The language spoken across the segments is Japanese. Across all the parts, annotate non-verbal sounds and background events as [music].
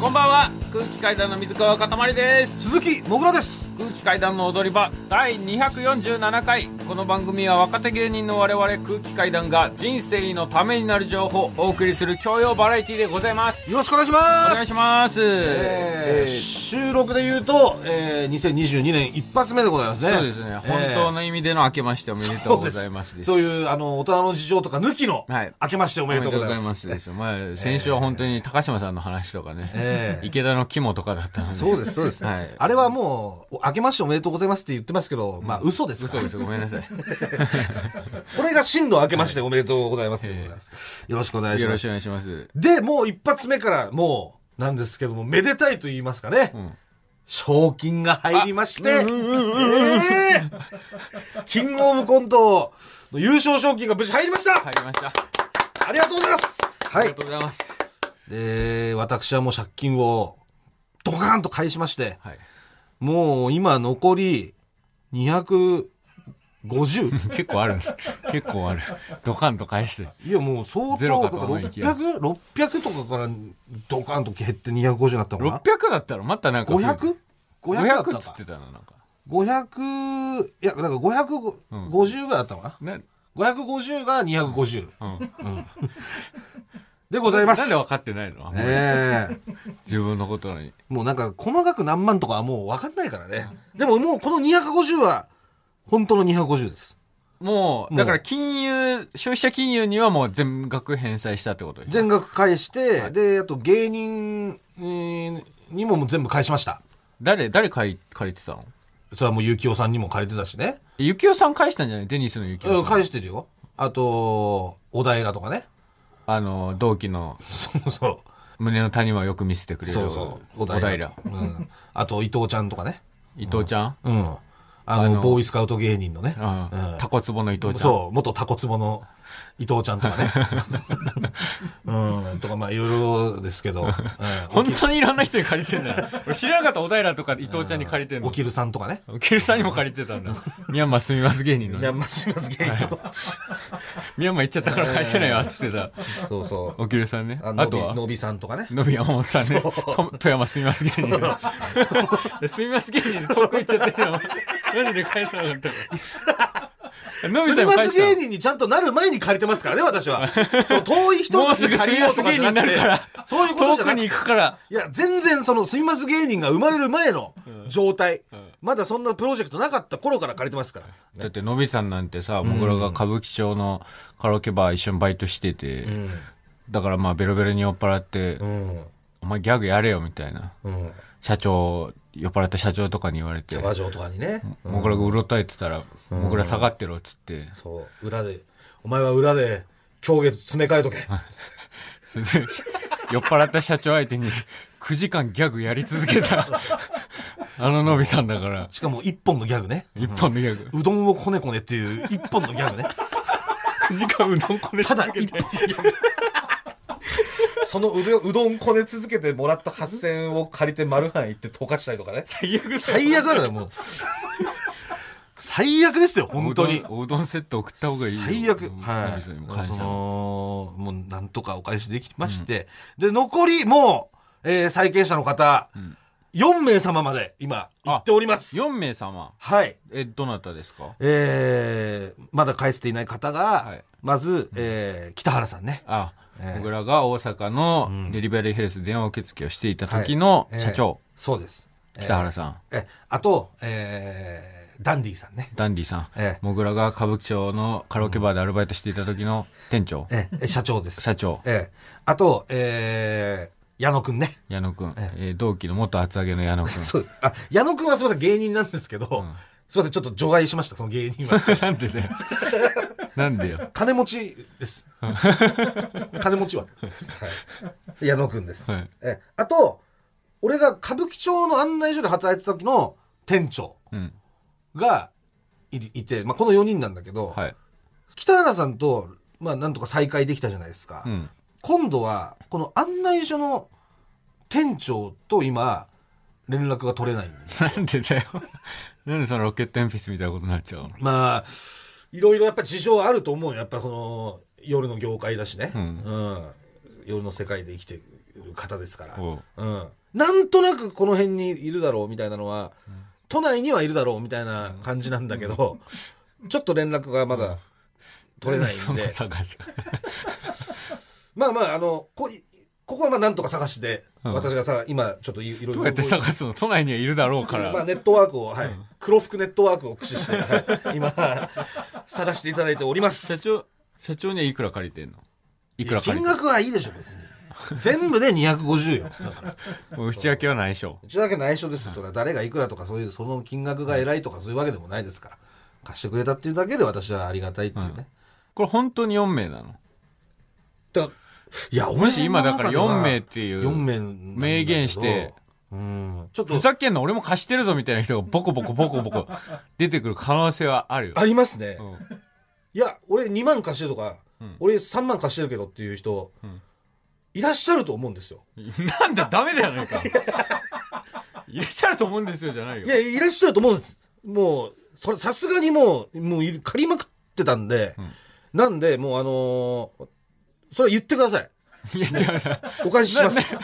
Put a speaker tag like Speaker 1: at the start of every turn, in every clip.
Speaker 1: こんばんは空気階段の水川かたまりです
Speaker 2: 鈴木もぐらです
Speaker 1: 空気階段の踊り場第247回この番組は若手芸人の我々空気階段が人生のためになる情報をお送りする教養バラエティでございます
Speaker 2: よろしくお願いします
Speaker 1: お願いします、
Speaker 2: えー
Speaker 1: えー
Speaker 2: 収録で言うと、えー、2022年一発目でございますね
Speaker 1: そうですね、本当の意味での明けましておめでとうございます
Speaker 2: そうで
Speaker 1: です
Speaker 2: そういうあの大人の事情とか抜きの、
Speaker 1: はい
Speaker 2: 明けましてお
Speaker 1: お
Speaker 2: めでとうございます
Speaker 1: ですよ、まあ、先週は本当に高島さんの話とかね、
Speaker 2: ええ
Speaker 1: 池田の肝とかだったので
Speaker 2: そうですそうです、
Speaker 1: はい
Speaker 2: あれはもうお明けましておめでとうございますって言ってますけど、まあ嘘ですか
Speaker 1: 嘘
Speaker 2: ら
Speaker 1: ですごめんなさい
Speaker 2: これが真の明けましておめでとうございますでございます、よろしくお願いし
Speaker 1: よ
Speaker 2: ま
Speaker 1: ろ
Speaker 2: す
Speaker 1: しくお願いします
Speaker 2: でもう一発目からもうなんですけどもめでたいと言いますかね、
Speaker 1: ん
Speaker 2: 賞金が入りまして、
Speaker 1: うんうんうんうん
Speaker 2: えーキングオブコントの優勝賞金が無事入りました、
Speaker 1: 入りました
Speaker 2: ありがとうございます
Speaker 1: あ
Speaker 2: は
Speaker 1: りがとうございます
Speaker 2: で私はもう借金をドカーンと返しまして
Speaker 1: はい
Speaker 2: もう今残り250
Speaker 1: 結構あるんです結構あるドカンと返して
Speaker 2: いやもう相
Speaker 1: ゼロ
Speaker 2: 当
Speaker 1: か
Speaker 2: だ
Speaker 1: と
Speaker 2: か
Speaker 1: 思
Speaker 2: ら
Speaker 1: いきや
Speaker 2: 600 600とかからドカーンと減って250になったのか
Speaker 1: 600だったらまたなんか
Speaker 2: な 500?500 だった
Speaker 1: 500
Speaker 2: か
Speaker 1: っつってたのなんか
Speaker 2: 500いやだから550ぐらいだったのか
Speaker 1: な
Speaker 2: な、550が250
Speaker 1: うん、
Speaker 2: でございます
Speaker 1: なんで分かってないの、あんまり
Speaker 2: ええ
Speaker 1: 自分のことなのに
Speaker 2: もうなんか細かく何万とかはもう分かんないからねでももうこの250は本当の250です
Speaker 1: もう、
Speaker 2: う
Speaker 1: だから金融、消費者金融にはもう全額返済したってことでしょ
Speaker 2: 全額返して、であと芸人えーにももう全部返しました
Speaker 1: 誰、誰借り、借りてたの
Speaker 2: それはもうゆきおさんにも借りてたしね
Speaker 1: ゆきおさん返したんじゃないデニスのゆきおさん。
Speaker 2: 返してるよあとお題だとかね
Speaker 1: あの、同期の
Speaker 2: そうそう
Speaker 1: 胸の谷間をよく見せてくれる。
Speaker 2: そうそう
Speaker 1: 小平。
Speaker 2: うん、あと伊藤ちゃんとかね
Speaker 1: 伊藤ちゃん、
Speaker 2: うん。あの、
Speaker 1: あの
Speaker 2: ボーイスカウト芸人のね。
Speaker 1: うん、
Speaker 2: うん
Speaker 1: タコツボの伊藤ちゃん。
Speaker 2: そう、元タコツボの伊藤ちゃんとかね。 [laughs] うん、とか、まあ、いろいろですけど。うん
Speaker 1: 本当にいろんな人に借りてんだよ。俺知らなかった小平とか伊藤ちゃんに借りてん
Speaker 2: お
Speaker 1: の。
Speaker 2: きるさんとかね。
Speaker 1: おきるさんにも借りて
Speaker 2: [laughs]
Speaker 1: たんだ。ミャンマー住みます芸人の
Speaker 2: いや、
Speaker 1: ね。
Speaker 2: まあ、すいません、芸人の
Speaker 1: ミャンマー行っちゃったから返せないわ、つってた。
Speaker 2: そうそう。
Speaker 1: おきるさんね。
Speaker 2: あ
Speaker 1: あ
Speaker 2: の
Speaker 1: と
Speaker 2: び、
Speaker 1: は
Speaker 2: のびさんとかね。
Speaker 1: のび山本さんね。と富山住みます芸
Speaker 2: [laughs]
Speaker 1: 人で。住みます芸人で遠く行っちゃってるよ。なんで返さなかったののびさんも返した
Speaker 2: すみません芸
Speaker 1: の
Speaker 2: 人にちゃんとなる前に借りてますからね、私は。そう遠い人
Speaker 1: もう
Speaker 2: に
Speaker 1: すぐ住み
Speaker 2: 借りよ
Speaker 1: ま
Speaker 2: う
Speaker 1: す
Speaker 2: とか
Speaker 1: 芸
Speaker 2: じ
Speaker 1: 人
Speaker 2: ゃ
Speaker 1: にな
Speaker 2: なく
Speaker 1: るか
Speaker 2: て
Speaker 1: ら。
Speaker 2: そういうことじ
Speaker 1: 遠
Speaker 2: ゃなく
Speaker 1: く
Speaker 2: て
Speaker 1: に行くから。
Speaker 2: いや、全然その、すみます芸人が生まれる前の状態。まだそんなプロジェクトなかった頃から借りてますから。
Speaker 1: だってのびさんなんてさ僕らが歌舞伎町のカラオケバー一緒にバイトしてて、だからまあベロベロに酔っ払って、
Speaker 2: うん。
Speaker 1: お前ギャグやれよみたいな
Speaker 2: うん。
Speaker 1: 社長酔っ払った社長とかに言われて
Speaker 2: 馬上とかにね。
Speaker 1: 僕らがうろたえてたら、僕ら下がってろっつって、 [laughs]
Speaker 2: そう、裏で、お前は裏で、狂月詰め替えとけ。
Speaker 1: それで酔っ払った社長相手に9時間ギャグやり続けた [laughs] あののびさんだから
Speaker 2: しかも一本のギャグね。
Speaker 1: 一本のギャグ
Speaker 2: うどんをこねこねっていう一本のギャグね。
Speaker 1: 9時間うどんこね
Speaker 2: ただ一本のギャグ。そのうどうどんこね続けてもらった8000を借りてマルハン行って溶かしたりとかね。
Speaker 1: 最悪だよ
Speaker 2: 最悪だよ、もう。最悪ですよ、本当
Speaker 1: おう
Speaker 2: に
Speaker 1: ど。んおうどんセット送った方がいいよ
Speaker 2: 最悪。
Speaker 1: の
Speaker 2: は
Speaker 1: び
Speaker 2: い。
Speaker 1: さ
Speaker 2: そ
Speaker 1: んにも感謝
Speaker 2: の、もうなんとかお返しできまして。で、残り、もう、えー債権者の方、4名様まで今、行っております。
Speaker 1: 4名様
Speaker 2: はい。
Speaker 1: えどなたですか
Speaker 2: えー、まだ返せていない方が、
Speaker 1: い
Speaker 2: まず、えー、北原さんね。
Speaker 1: あ、
Speaker 2: ええ
Speaker 1: 僕らが大阪のデリバリーヘルスで電話受付をしていた時の
Speaker 2: はい
Speaker 1: 社長、
Speaker 2: えーそうです。
Speaker 1: 北原さん、
Speaker 2: え、あと、えー、ダンディさんね。
Speaker 1: ダンディさん、
Speaker 2: ええ
Speaker 1: もぐらが歌舞伎町のカラオケバーでアルバイトしていた時の店長、
Speaker 2: えー、社長です。
Speaker 1: 社長、
Speaker 2: えー、あと、えー、矢野くんね。
Speaker 1: 矢野くん、えー同期の元厚揚げの矢 [laughs] 野くん。
Speaker 2: そうです。あ、矢野くんはすみません、芸人なんですけど、すみません、ちょっと除外しました、その芸
Speaker 1: [laughs]
Speaker 2: 人は。
Speaker 1: なんでだよ。なんでよ。
Speaker 2: 金持ち
Speaker 1: [laughs]
Speaker 2: です。金持ちは。はい、矢野くんです。
Speaker 1: はい
Speaker 2: えあと、俺が歌舞伎町の案内所で働いてた時の店長
Speaker 1: うん。
Speaker 2: がいいて、まあ、この4人なんだけど、
Speaker 1: はい。
Speaker 2: 北原さんと、まあ、なんとか再会できたじゃないですか。
Speaker 1: うん。
Speaker 2: 今度は、この案内所の店長と今、連絡が取れないんです
Speaker 1: なんでだよ。 [laughs] なんでそのロケット鉛筆みたいなことになっちゃうの
Speaker 2: まあ、いろいろやっぱ事情はあると思うよ。やっぱこの、夜の業界だしね。
Speaker 1: うん
Speaker 2: 夜の世界で生きてる方ですから、
Speaker 1: おう
Speaker 2: うん、なんとなくこの辺にいるだろうみたいなのは、都内にはいるだろうみたいな感じなんだけど、ちょっと連絡がまだ取れない
Speaker 1: [laughs] そ
Speaker 2: ん
Speaker 1: の
Speaker 2: で、
Speaker 1: 探しが
Speaker 2: まあまあ、あの、こここはまあなんとか探して、
Speaker 1: うん
Speaker 2: 私がさ、今ちょっといいろいろ
Speaker 1: どうやって探すの都内にはいるだろうか
Speaker 2: まあ、
Speaker 1: ら
Speaker 2: ネットワークを、はい黒服ネットワークを駆使して、はい今、探していただいておりま
Speaker 1: 社
Speaker 2: す。
Speaker 1: 長社長にはいくら借りてんのいくら借
Speaker 2: 金
Speaker 1: りて
Speaker 2: 額はいいでしょ、別に。全部で250よ。だから
Speaker 1: んの内訳はないでしょ
Speaker 2: うちだけ内緒です。それは誰がいくらとか、そういう、その金額が偉いとか、そういうわけでもないですから。貸してくれたっていうだけで私はありがたいっていうね。
Speaker 1: これ本当に4名なの
Speaker 2: だいや、
Speaker 1: もし今だから
Speaker 2: 俺
Speaker 1: 4
Speaker 2: の中では
Speaker 1: 名っていう
Speaker 2: 4名なんだけど
Speaker 1: 明言して、
Speaker 2: うん。ちょっと
Speaker 1: ふ、ざけんな俺も貸してるぞみたいな人がボコボコボコボ [laughs] コ出てくる可能性はあるよ、
Speaker 2: ありますね。
Speaker 1: うん
Speaker 2: いや、俺2万貸してるとか、
Speaker 1: ん
Speaker 2: 俺3万貸してるけどっていう人、
Speaker 1: ん
Speaker 2: いらっしゃると思うんですよ。
Speaker 1: なんだダメだよない [laughs] かいらっしゃると思うんですよじゃないよ
Speaker 2: いや、いらっしゃると思うんです。もう、それ、さすがにもう、もういる、借りまくってたんで、
Speaker 1: ん
Speaker 2: なんで、もうあのーそれは言ってください。
Speaker 1: いや違う違う
Speaker 2: お返しします。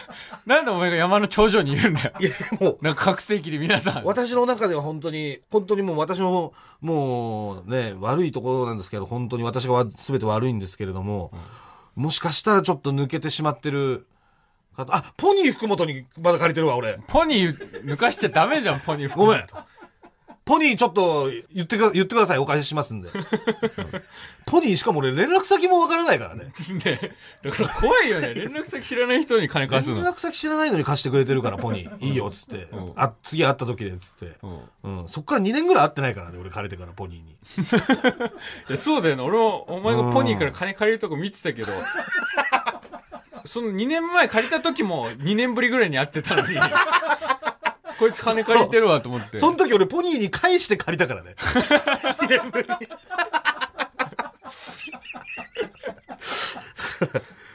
Speaker 1: なんでお前が山の頂上にいるんだよ
Speaker 2: いや、もう、
Speaker 1: なんか拡声器で皆さん
Speaker 2: 私の中では本当に、本当にもう私も、もうね、悪いところなんですけど、本当に私がわ全て悪いんですけれども、もしかしたらちょっと抜けてしまってる方、あ、ポニー福本にまだ借りてるわ、俺。
Speaker 1: ポニー抜かしちゃダメじゃんポニー含
Speaker 2: ごめ
Speaker 1: め
Speaker 2: ん。ポニーちょっと言ってくだ、言ってください。お返し
Speaker 1: [laughs]
Speaker 2: しますんで。うんポニーしかも俺連絡先もわからないからね。
Speaker 1: ねだから怖いよね連絡先知らない人に金
Speaker 2: 連
Speaker 1: 貸すの
Speaker 2: 絡先知らないのに貸してくれてるから、ポ
Speaker 1: [laughs]
Speaker 2: ニー。いいよ、つって
Speaker 1: うん。
Speaker 2: あ、次会った時で、つって
Speaker 1: う。ん
Speaker 2: うん。そっから2年ぐらい会ってないからね、俺借りてから、ポニーに。
Speaker 1: いやそうだよね俺もお前がポニーから金借りるとこ見てたけどその2年前借りた時も2年ぶりぐらいに会ってたのにこいつ金借りてるわと思って
Speaker 2: その時俺ポニーに返して借りたからね。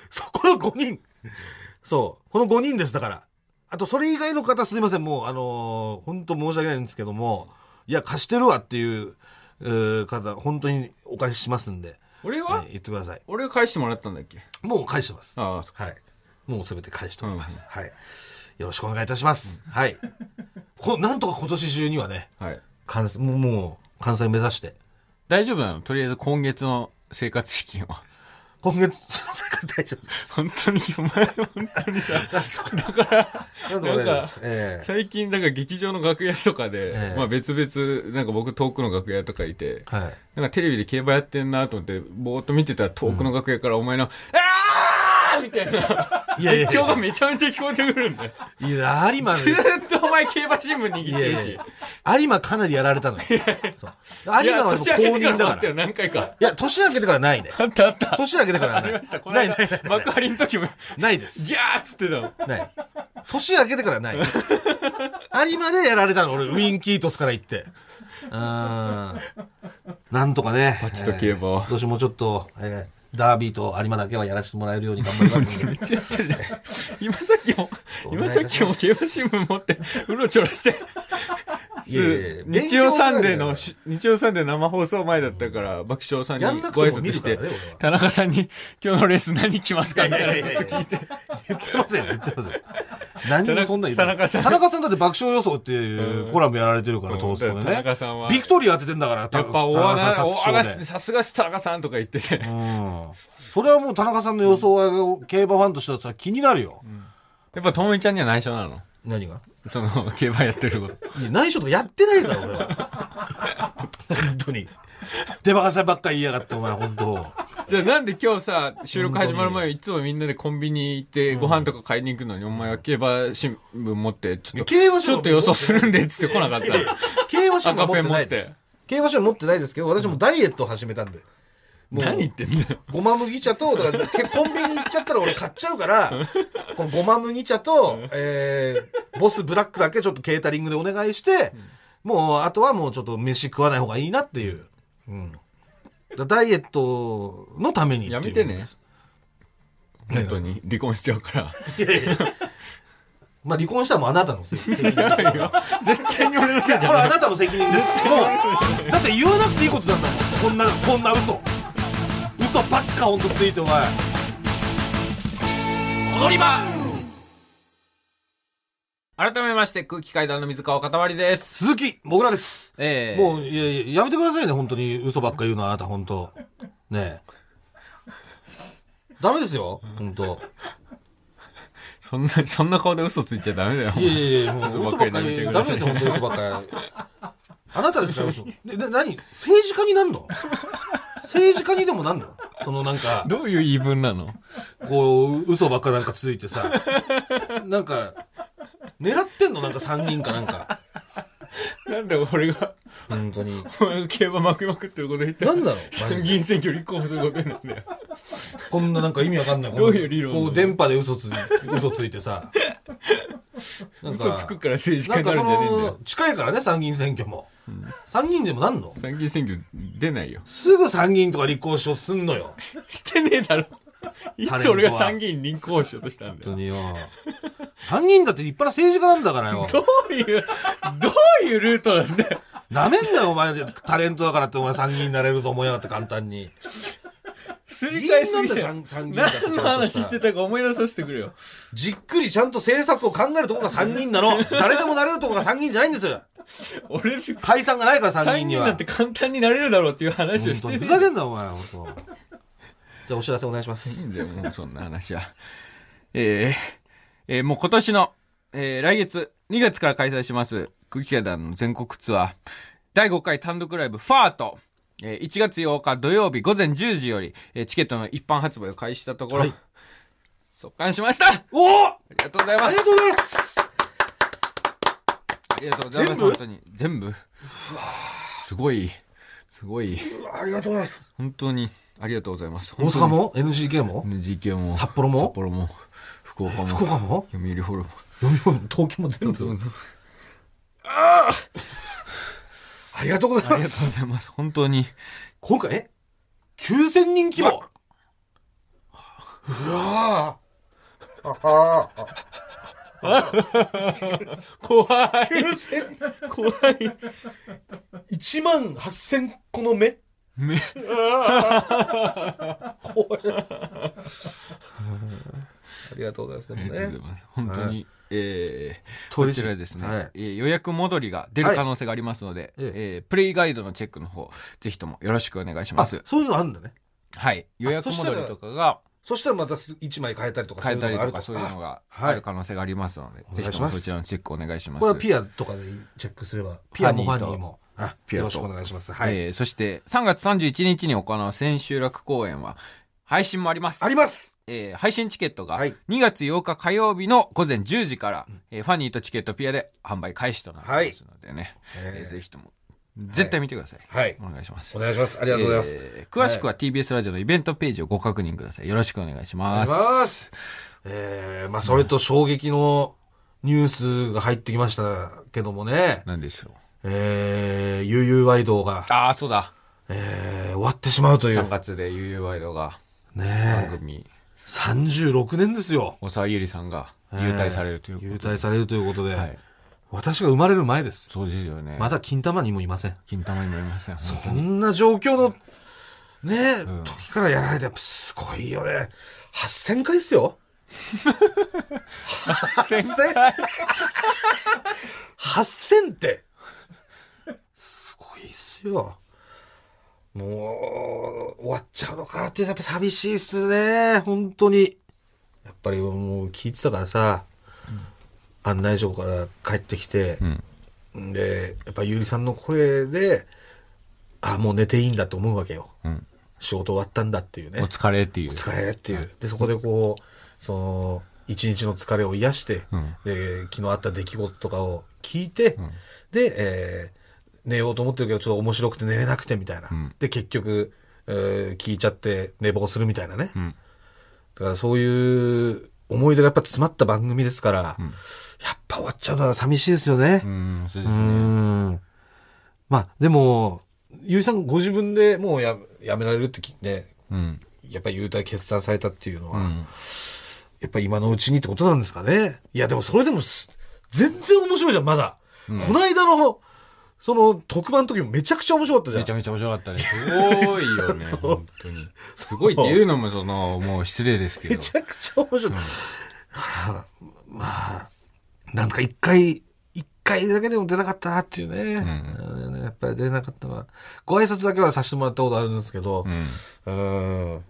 Speaker 2: そこの5人。そう。この5人です、だから。あと、それ以外の方すいません。もう、あのー本当申し訳ないんですけども、いや、貸してるわっていう、えー方、本当にお返ししますんで、
Speaker 1: 俺
Speaker 2: え
Speaker 1: は、
Speaker 2: ー言ってください。
Speaker 1: 俺が返してもらったんだっけ
Speaker 2: もう返してます。
Speaker 1: ああそっ
Speaker 2: はい。もうすべて返しております。はい。よろしくお願いいたします。はい。こなんとか今年中にはね、
Speaker 1: はい
Speaker 2: 完成もうもう完成目指して
Speaker 1: 大丈夫なのとりあえず今月の生活資金は
Speaker 2: 今月すいません大丈夫です
Speaker 1: 本当にお前本当に
Speaker 2: [laughs]
Speaker 1: さだから
Speaker 2: なんとか大丈夫ですええ
Speaker 1: 最近、なんか劇場の楽屋とかで、
Speaker 2: ええ
Speaker 1: まあ別々、なんか僕遠くの楽屋とかいて、
Speaker 2: はい
Speaker 1: なんかテレビで競馬やってんなと思って、ぼーっと見てたら遠くの楽屋からお前の、あーみたいな、
Speaker 2: いやいやいや
Speaker 1: 絶叫がめちゃめちゃ聞こえてくるんだよ。
Speaker 2: いや有馬
Speaker 1: ずーっとお前競馬新聞握
Speaker 2: い
Speaker 1: っ
Speaker 2: や
Speaker 1: て
Speaker 2: い
Speaker 1: る
Speaker 2: や
Speaker 1: し。
Speaker 2: いや有馬かなりやられたのよそう
Speaker 1: い
Speaker 2: 有馬
Speaker 1: や、
Speaker 2: はもう
Speaker 1: 年
Speaker 2: 公
Speaker 1: 明けて
Speaker 2: 認
Speaker 1: から
Speaker 2: だ
Speaker 1: もあっ
Speaker 2: から
Speaker 1: たよ、
Speaker 2: い
Speaker 1: 何回か。
Speaker 2: や年明けてからないね
Speaker 1: あったあった。
Speaker 2: 年明けてからはな
Speaker 1: あ
Speaker 2: い
Speaker 1: りました、この
Speaker 2: [laughs] ないな
Speaker 1: 間
Speaker 2: いない。ない
Speaker 1: 幕張の時も、
Speaker 2: ないです
Speaker 1: ギャーっつってたの。
Speaker 2: ない年明けてからない有馬でやられたの俺ウィン・キートスから行ってうんなんとかね
Speaker 1: バチと競馬を
Speaker 2: ええ今年もちょっと、ええダービーと有馬だけはやらせてもらえるように頑張りますんで
Speaker 1: め [laughs] っちゃやってるじゃん。 [laughs] 今さっきも、今さっき
Speaker 2: お
Speaker 1: も
Speaker 2: 願いいたします
Speaker 1: 競馬新聞持って、うろちょろして。
Speaker 2: いやいやいや
Speaker 1: 日曜サンデー
Speaker 2: 勉強
Speaker 1: の、
Speaker 2: し
Speaker 1: し日曜サンデー生放送前だったから、爆笑さんに
Speaker 2: やんなくて
Speaker 1: ご挨
Speaker 2: も
Speaker 1: 拶
Speaker 2: 見る
Speaker 1: し
Speaker 2: から
Speaker 1: て
Speaker 2: ね俺は、
Speaker 1: 田中さんに、今日のレース何来ますかみたいなの
Speaker 2: いやい
Speaker 1: ず
Speaker 2: や
Speaker 1: っ
Speaker 2: い
Speaker 1: と聞
Speaker 2: やい
Speaker 1: いて。
Speaker 2: 言ってませんよ言ってません何もそんな言って
Speaker 1: 田
Speaker 2: ない
Speaker 1: 中さん
Speaker 2: 田中さんだって爆笑予想っていうコラムやられてるから、
Speaker 1: うん
Speaker 2: トースポで
Speaker 1: 田
Speaker 2: ね。
Speaker 1: 中さんは
Speaker 2: ビクトリー当ててんだから、
Speaker 1: やっぱ、大
Speaker 2: 田中さ
Speaker 1: 穴、
Speaker 2: ん皐
Speaker 1: 大穴
Speaker 2: 月賞で、
Speaker 1: さすが田中さんとか言ってて。
Speaker 2: うん。それはもう田中さんの予想は、競馬ファンとしてはさ気になるよ。
Speaker 1: やっぱ、ともみちゃんには内緒なの
Speaker 2: 何が
Speaker 1: その、競馬やってること。
Speaker 2: いや、内緒とかやってないから、俺は。本当に。手バカさばっか言いやがって、お前、本当。
Speaker 1: じゃあなんで今日さ、収録始まる前、いつもみんなでコンビニ行って、ご飯とか買いに行くのに、お前は競馬新聞持って、ちょっと、
Speaker 2: 競馬
Speaker 1: ちょっと予想するんで、っつって来なかったの。
Speaker 2: 競馬賞は持ってないで
Speaker 1: 赤ペン持
Speaker 2: す
Speaker 1: っ。
Speaker 2: 競馬賞は持ってないですけど、私もダイエットを始めたんで。もう
Speaker 1: 何言ってんだよ。
Speaker 2: ごま麦茶と、だからけコンビニ行っちゃったら俺買っちゃうから、このごま麦茶と、えー、ボスブラックだけちょっとケータリングでお願いして、もう、あとはもうちょっと飯食わない方がいいなっていう。うん。だダイエットのためにっいう
Speaker 1: やめてね。本当に、離婚しちゃうから。
Speaker 2: いやいや [laughs] まあ離婚したらもうあなたのせ [laughs] い。責任です
Speaker 1: いや [laughs] 絶対に俺のせい
Speaker 2: こ
Speaker 1: じ
Speaker 2: れ
Speaker 1: ゃない
Speaker 2: あ。なたの責任です。も [laughs] う、だって言わなくていいことなんだもん。こんな、こんな嘘。嘘ばっか本当ついてお前。踊り場
Speaker 1: 改めまして、空気階段の水川かたまりです。
Speaker 2: 鈴木もぐらです。
Speaker 1: ええ
Speaker 2: もう、いやいや、やめてくださいね、本当に。嘘ばっか言うのはあなた、本当ねえ。ダメですよ、本当
Speaker 1: そんな、そんな顔で嘘ついちゃダメだよ。
Speaker 2: いやいやいや、もう
Speaker 1: [laughs] 嘘
Speaker 2: 嘘
Speaker 1: ば
Speaker 2: ば
Speaker 1: っ
Speaker 2: っ
Speaker 1: か
Speaker 2: か
Speaker 1: り
Speaker 2: り
Speaker 1: な
Speaker 2: ダ
Speaker 1: めて
Speaker 2: メ
Speaker 1: くださ
Speaker 2: です
Speaker 1: い
Speaker 2: よ、本当に嘘ばっかり。あなたですよ、嘘。で、な、何政治家になんの政治家にでもなんのそのなんか、
Speaker 1: どういう言い分なの
Speaker 2: こう、嘘ばっかなんかついてさ、なんか、狙ってんのなんか3人かなんか。
Speaker 1: なんで俺が、
Speaker 2: 本当に。
Speaker 1: お前が競馬負けまくってること言った
Speaker 2: なんだろうマ
Speaker 1: 参
Speaker 2: ジ
Speaker 1: 議
Speaker 2: で
Speaker 1: 院選挙立候補することになるんだよ。
Speaker 2: こんななんか意味わかんない。
Speaker 1: どういう理論なの
Speaker 2: こう、電波で嘘つい、嘘ついてさ。なん
Speaker 1: 嘘
Speaker 2: か、
Speaker 1: つくから政治
Speaker 2: な
Speaker 1: 家
Speaker 2: ん
Speaker 1: にな
Speaker 2: か
Speaker 1: る
Speaker 2: そ
Speaker 1: んじゃねえんだよ
Speaker 2: の。、近いからね、参議院選挙も。参議院でもなんの
Speaker 1: 参議院選挙出ないよ。
Speaker 2: すぐ参議院とか立候補すんのよ。
Speaker 1: してねえだろ。いつ俺が参議院立候補しようとしたんだ
Speaker 2: 本
Speaker 1: よ。
Speaker 2: 当によ。参議院だって立派な政治家なんだからよ。
Speaker 1: どういう、どういうルートなんだよ。
Speaker 2: なめんなよ、お前。タレントだからってお前参議院になれると思いやがって簡単に。
Speaker 1: すり替えすぎ
Speaker 2: 議
Speaker 1: て
Speaker 2: 員なんだ参参議。院だって
Speaker 1: 何の話してたか思い出させてくれよ。
Speaker 2: じっくりちゃんと政策を考えるとこが参議院な [laughs] の。誰でもなれるとこが参議院じゃないんです。
Speaker 1: 俺、
Speaker 2: 解散がないから参議
Speaker 1: 参
Speaker 2: 院
Speaker 1: 議
Speaker 2: に
Speaker 1: 院
Speaker 2: は。
Speaker 1: なんて簡単になれるだろうっていう話をし
Speaker 2: 本当
Speaker 1: て
Speaker 2: に
Speaker 1: ねえ
Speaker 2: ふざけんな、お前。本当じゃあお知らせお願いしま
Speaker 1: いい
Speaker 2: す。
Speaker 1: んだよ、もうそんな話は。えーえーもう今年の、えー来月、2月から開催します、空気階段の全国ツアー、第5回単独ライブ、ファート。えー1月8日土曜日午前10時より、えーチケットの一般発売を開始したところ、
Speaker 2: はい
Speaker 1: 速感しましたあ
Speaker 2: おおあ
Speaker 1: りがとうございま
Speaker 2: りが
Speaker 1: す
Speaker 2: とうございます
Speaker 1: ありがとうございます、
Speaker 2: 全部
Speaker 1: 本当に。全部。すごい、すごい、
Speaker 2: うわありがとうございます。
Speaker 1: 本当に、ありがとうございます。
Speaker 2: 大阪も ?NGK も
Speaker 1: ?NGK も、
Speaker 2: 札幌も
Speaker 1: 札幌も、福岡も、
Speaker 2: 福岡も
Speaker 1: 読売ホールも、
Speaker 2: [laughs] 読み物東京も全部。ありがとうござ
Speaker 1: あ
Speaker 2: い
Speaker 1: りが
Speaker 2: ま
Speaker 1: とうご
Speaker 2: す。
Speaker 1: ざいます。本当に。
Speaker 2: 今回、え ?9000 人規模うわぁ。あはぁ。
Speaker 1: [laughs] 怖い。
Speaker 2: 9000
Speaker 1: 怖い。
Speaker 2: 1万8000個の目
Speaker 1: 目
Speaker 2: [laughs] 怖い。ありがとうございま
Speaker 1: あ
Speaker 2: す。
Speaker 1: りがとうございます。本当に。えー、
Speaker 2: 当
Speaker 1: こ
Speaker 2: 日
Speaker 1: ちらですね、
Speaker 2: はい
Speaker 1: えー予約戻りが出る可能性がありますので、え
Speaker 2: え
Speaker 1: ープレイガイドのチェックの方、ぜひともよろしくお願いしま
Speaker 2: あ、
Speaker 1: す。
Speaker 2: そういうのあるんだね。
Speaker 1: はい。予約
Speaker 2: そした
Speaker 1: 戻
Speaker 2: ら
Speaker 1: りとかが
Speaker 2: そしたらまた1枚変えたりとか
Speaker 1: 変えたりとかそういうの
Speaker 2: が
Speaker 1: が
Speaker 2: はい
Speaker 1: ある可能性がありますので、
Speaker 2: お願いし
Speaker 1: ぜ
Speaker 2: ま
Speaker 1: ひとも
Speaker 2: す
Speaker 1: そちらのチェックお願いし
Speaker 2: あ
Speaker 1: ま
Speaker 2: これ
Speaker 1: す
Speaker 2: は。ピアとかでチェックすれば、ピアもファニーも。あ
Speaker 1: ピアと
Speaker 2: よろしくお願いします。はい。
Speaker 1: えーそして、3月31日に行う千秋楽公演は、配信もあります。
Speaker 2: あります
Speaker 1: えー配信チケットが
Speaker 2: はい
Speaker 1: 2月8日火曜日の午前10時から、えーファニーとチケットピアで販売開始となってますのでね、えーぜひとも絶対見てください、
Speaker 2: はい。
Speaker 1: お願いします
Speaker 2: お願いします。ありがとうございます。
Speaker 1: えー詳しくは TBS ラジオのイベントページをご確認くださいよろしくお願いし
Speaker 2: あ
Speaker 1: ま
Speaker 2: り
Speaker 1: す
Speaker 2: がとうございます。えー、まあそれと衝撃のニュースが入ってきましたけどもね、
Speaker 1: 何でしょう
Speaker 2: えー、悠々ワイドが、
Speaker 1: ああそうだ
Speaker 2: えー、終わってしまうという
Speaker 1: 3。月で UU ワイドが番
Speaker 2: ねえ、
Speaker 1: 組
Speaker 2: 36年ですよ。
Speaker 1: 小沢ゆりさんが優待されるという
Speaker 2: 優
Speaker 1: ことで、
Speaker 2: 待されるということで、
Speaker 1: はい、
Speaker 2: 私が生まれる前です。
Speaker 1: そうですよね
Speaker 2: まだ金玉にもいません。
Speaker 1: 金玉にもいません本当
Speaker 2: こ
Speaker 1: に
Speaker 2: んな状況の、ねえ、
Speaker 1: うん
Speaker 2: 時からやられて、やっぱすごいよね。8000回っすよ。8000回 ?8000 って。すごいっすよ。もう、終わっちゃうのかって、やっぱ寂しいっすね。本当に。やっぱりもう聞いてたからさ、案内所から帰ってきて、
Speaker 1: ん
Speaker 2: で、やっぱゆりさんの声で、あ、もう寝ていいんだと思うわけよ。
Speaker 1: うん
Speaker 2: 仕事終わったんだっていうね
Speaker 1: お。疲れっていう
Speaker 2: お疲れっていう。で、そこでこう、その、一日の疲れを癒して、
Speaker 1: うん
Speaker 2: で、昨日あった出来事とかを聞いて、
Speaker 1: ん
Speaker 2: で、えー寝ようと思ってるけど、ちょっと面白くて寝れなくてみたいな。
Speaker 1: ん
Speaker 2: で、結局、えー聞いちゃって寝坊するみたいなね。
Speaker 1: うん
Speaker 2: だからそういう思い出がやっぱ詰まった番組ですから、
Speaker 1: ん
Speaker 2: やっぱ終わっちゃうのは寂しいですよね。
Speaker 1: うんそうで
Speaker 2: う
Speaker 1: すね
Speaker 2: ん。まあ、でも、ゆうさんご自分でもうややめられるって聞いて、
Speaker 1: うん
Speaker 2: やっぱり優待決断されたっていうのは、
Speaker 1: うん
Speaker 2: やっぱ今のうちにってことなんですかね。いや、でもそれでもす、全然面白いじゃん、まだ。この間の、その特番の時もめちゃくちゃ面白かった
Speaker 1: め
Speaker 2: じ
Speaker 1: ち
Speaker 2: ゃ
Speaker 1: ゃ
Speaker 2: ん。
Speaker 1: めちゃ面白かったです。すごい [laughs] よね、本当に。すごいっていうのも、その、もう失礼ですけ
Speaker 2: め
Speaker 1: ど。
Speaker 2: ちゃくちゃ面白い。はあまあ、なんか一回、一回だけでも出なかったなっていうね。
Speaker 1: ん
Speaker 2: うんやっぱり出れなかったな。ご挨拶だけはさせてもらったことあるんですけど
Speaker 1: う、ん。
Speaker 2: うん、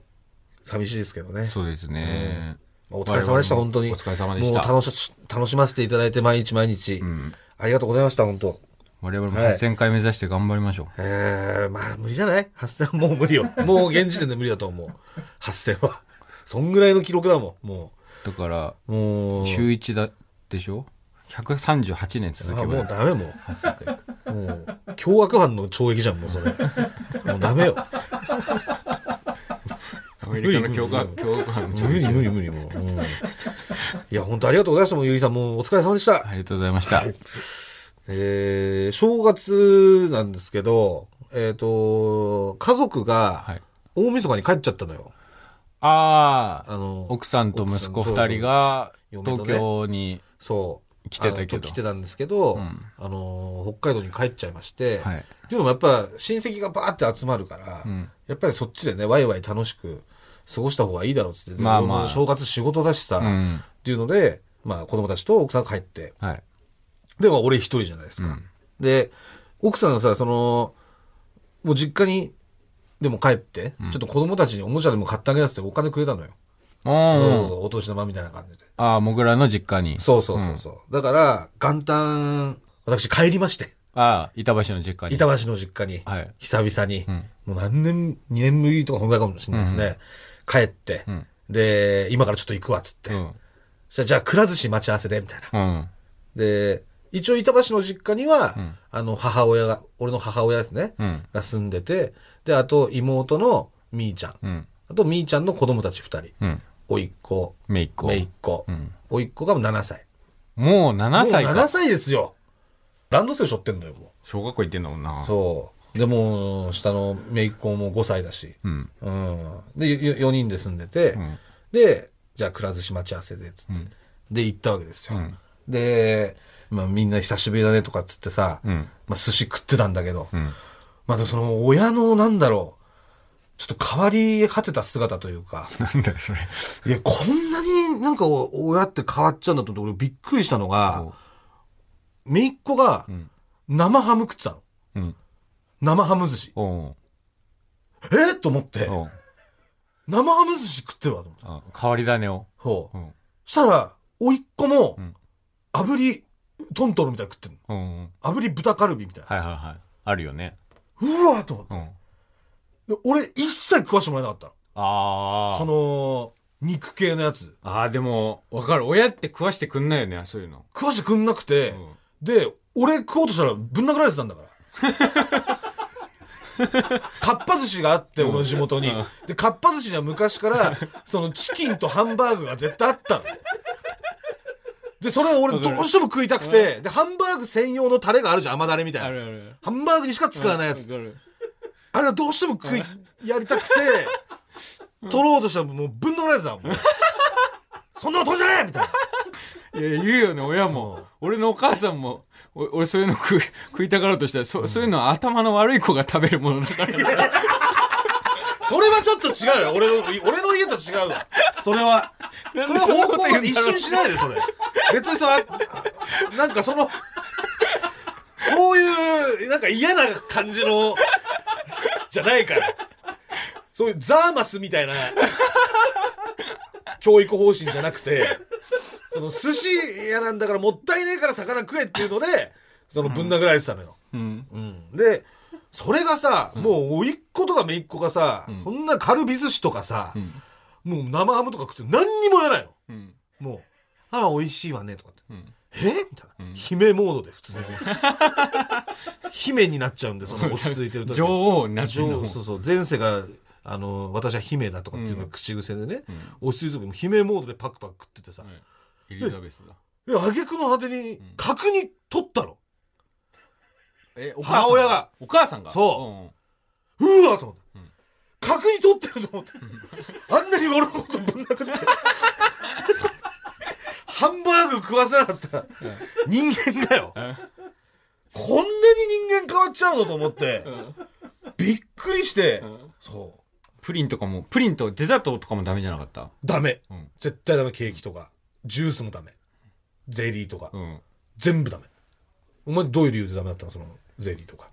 Speaker 2: 寂しいですけどね。
Speaker 1: そうですね。
Speaker 2: お疲れ様でした、
Speaker 1: 我々も
Speaker 2: 本当に。
Speaker 1: お疲れ様でした
Speaker 2: もう楽し、楽しませていただいて、毎日毎日。
Speaker 1: うん。
Speaker 2: ありがとうございました、本当。
Speaker 1: 我々も8000回目指して頑張りましょう。
Speaker 2: えー、まあ無理じゃない発戦はもう無
Speaker 1: [laughs]
Speaker 2: 理よ。もう現時点で無理だと思う。発戦は。そんぐらいの記録だもん、も
Speaker 1: だから、
Speaker 2: う。もう。
Speaker 1: 週1だでしょ ?138 年続
Speaker 2: あ
Speaker 1: け
Speaker 2: も
Speaker 1: ば
Speaker 2: うダメも
Speaker 1: 8000回いく。
Speaker 2: う。もう、凶悪犯の懲役じゃん、もうそれ。もうダメよ。
Speaker 1: アメリカの教科、教科の
Speaker 2: 無理無理無理もう。うんいや、本当ありがとうございました、もうゆりさん。もうお疲れ様でした。
Speaker 1: ありがとうございました。
Speaker 2: えー、正月なんですけど、えっ、と、家族
Speaker 1: は
Speaker 2: が
Speaker 1: い。
Speaker 2: 大晦日に帰っちゃったのよ。
Speaker 1: あ
Speaker 2: あ
Speaker 1: あ、
Speaker 2: の、
Speaker 1: 奥さんと息子
Speaker 2: 奥さん
Speaker 1: 2人が
Speaker 2: そうそう
Speaker 1: 東京に、
Speaker 2: そう。
Speaker 1: 来てたけど
Speaker 2: あの来てたんですけど、
Speaker 1: うん
Speaker 2: あの、北海道に帰っちゃいまして、
Speaker 1: はい。
Speaker 2: っていうのもやっぱ親戚がバーって集まるから、
Speaker 1: うん
Speaker 2: やっぱりそっちでね、ワイワイ楽しく過ごした方がいいだろうっつって、で
Speaker 1: まあまあ
Speaker 2: 俺も正月仕事だしさ、
Speaker 1: う
Speaker 2: っ
Speaker 1: ん。
Speaker 2: ていうので、まあ子供たちと奥さんが帰って、
Speaker 1: はい。
Speaker 2: で、まあ俺一人じゃないですか。
Speaker 1: うん
Speaker 2: で、奥さんがさ、その、もう実家に、でも帰って、ちょっと子供たちにおもちゃでも買ってあげなってお金くれたのよ。そう
Speaker 1: う
Speaker 2: そ
Speaker 1: ん。
Speaker 2: うお年玉みたいな感じで。
Speaker 1: ああ、もぐらの実家に。
Speaker 2: そうそうそうそう、だから、元旦、私帰りまして、
Speaker 1: ああ、板橋の実家に。
Speaker 2: 板橋の実家に、
Speaker 1: はい
Speaker 2: 久々に、
Speaker 1: ん
Speaker 2: もう何年、2年ぶりとか本ぐらいかもしれないですね。帰って、
Speaker 1: ん
Speaker 2: で、今からちょっと行くわ、つって。
Speaker 1: うん。
Speaker 2: そしたらじゃあ、くら寿司待ち合わせで、みたいな。
Speaker 1: うん。
Speaker 2: で、一応板橋の実家には、
Speaker 1: ん
Speaker 2: あの、母親が、俺の母親ですね、
Speaker 1: うん。
Speaker 2: が住んでて、で、あと妹のみーちゃん、
Speaker 1: うん。
Speaker 2: あとみーちゃんの子供たち二人、
Speaker 1: うん。
Speaker 2: おいっ子、
Speaker 1: めいっ子。
Speaker 2: めいっ子、
Speaker 1: うん
Speaker 2: おいっ子がもう7歳。
Speaker 1: もう7歳
Speaker 2: もう7
Speaker 1: か。
Speaker 2: 歳ですよ。ランドセル背負ってんのよ、も
Speaker 1: 小学校行ってんだもんな。
Speaker 2: う。そう。で、もう下の姪っ子も5歳だし。
Speaker 1: うん。
Speaker 2: うん。で、4人で住んでて、
Speaker 1: うん。
Speaker 2: で、じゃあ、くら寿司待ち合わせで、つって、
Speaker 1: うん
Speaker 2: で、行ったわけですよ。
Speaker 1: うん
Speaker 2: で、まあ、みんな久しぶりだねとかっつってさ、
Speaker 1: うん。
Speaker 2: まあ、寿司食ってたんだけど、
Speaker 1: うん。
Speaker 2: まあ、でもその、親の、なんだろう、ちょっと変わり果てた姿とい
Speaker 1: [laughs]
Speaker 2: うか、
Speaker 1: なんだよ、それ。
Speaker 2: いや、こんなになんかお親って変わっちゃうんだと思って、俺びっくりしたのが、めいっ子が
Speaker 1: うん。
Speaker 2: 生ハム食ってたの。
Speaker 1: うん。
Speaker 2: 生ハム寿司。
Speaker 1: おう
Speaker 2: えー、と思って、
Speaker 1: おう
Speaker 2: 生ハム寿司食ってるわと思って。
Speaker 1: あ変わり種を。
Speaker 2: そう
Speaker 1: うん。
Speaker 2: したら、甥いっ子も
Speaker 1: うん、
Speaker 2: 炙り、トントロみたいなの食ってる
Speaker 1: うんうん。
Speaker 2: の。炙り豚カルビみたいな。
Speaker 1: はいはいはい。あるよね。
Speaker 2: うわーと思って
Speaker 1: うん。
Speaker 2: で。俺、一切食わしてもらえなかった
Speaker 1: ああ。
Speaker 2: の。その、肉系のやつ。
Speaker 1: ああ、でも、わかる。親って食わしてくんないよね、そういうの。
Speaker 2: 食わしてくんなくて、
Speaker 1: うん
Speaker 2: で、俺食おうとしたらぶん殴られてたんだから。
Speaker 1: [laughs]
Speaker 2: かっぱ寿司があって、俺の地元に
Speaker 1: うん。
Speaker 2: で、かっぱ寿司には昔から、そのチキンとハンバーグが絶対あったの。で、それを俺どうしても食いたくて、で、ハンバーグ専用のタレがあるじゃん、甘だれみたいな。
Speaker 1: ある。
Speaker 2: ハンバーグにしか使わないやつ。
Speaker 1: わかる
Speaker 2: あれはどうしても食い、やりたくて、取ろうとしたらもうぶん殴られてたも
Speaker 1: [laughs]
Speaker 2: ん。もうそんなことじゃねえみたいな。
Speaker 1: いや、言うよね、親も。俺のお母さんも、お俺そういうの食い、食いたがろうとしたら、そ,、うそういうのは頭の悪い子が食べるものだから。
Speaker 2: それはちょっと違うよ。俺の、俺の家と違うわ。それは。そ
Speaker 1: な
Speaker 2: れ
Speaker 1: ん
Speaker 2: は
Speaker 1: でそんな
Speaker 2: 方
Speaker 1: こと
Speaker 2: 向
Speaker 1: 言うんだ
Speaker 2: が
Speaker 1: ろう
Speaker 2: 一緒にしないで、それ。別にさ、なんかその、そういう、なんか嫌な感じの、じゃないから。そういうザーマスみたいな、教育方針じゃなくて、その寿司屋なんだからもったいねえから魚食えっていうので、そのぶん殴られてたのよ。
Speaker 1: うん。
Speaker 2: うん、でそれがさ、もうおいっ子とかめいっ子がさ、
Speaker 1: ん
Speaker 2: そんなカルビ寿司とかさ、
Speaker 1: ん
Speaker 2: もう生ハムとか食って何にもやないの
Speaker 1: うん。
Speaker 2: もう「あら美味しいわね」とかって
Speaker 1: うん。
Speaker 2: 「えみたいな、
Speaker 1: うん
Speaker 2: 姫モードで普通に [laughs] 姫になっちゃうんでその落ち着いてる時
Speaker 1: [laughs] 女王になってん
Speaker 2: 女王
Speaker 1: の。
Speaker 2: そうそう前世があの私は姫だとかっていうのが口癖でね、落ち着いてる時も姫モードでパクパク食っててさ、
Speaker 1: はいエリザベスだ。
Speaker 2: いや挙句の果てに角に取ったの、
Speaker 1: え、お
Speaker 2: 母親が。
Speaker 1: お母さんが
Speaker 2: そううわと思って。
Speaker 1: うん
Speaker 2: 確に取ってると思って。あんなに俺のことぶん殴って。ハンバーグ食わせなかった人間だよ。こん
Speaker 1: ん
Speaker 2: なに人間変わっちゃうのと思って、
Speaker 1: んうん
Speaker 2: びっくりして、
Speaker 1: うん
Speaker 2: そう。
Speaker 1: プリンとかも、プリンとデザートとかもダメじゃなかった
Speaker 2: ダメ。
Speaker 1: うん
Speaker 2: 絶対ダメ、ケーキとか。ジュースもダメ。ゼリーとか。
Speaker 1: うん。
Speaker 2: 全部ダメ。お前どういう理由でダメだったのそのゼリーとか。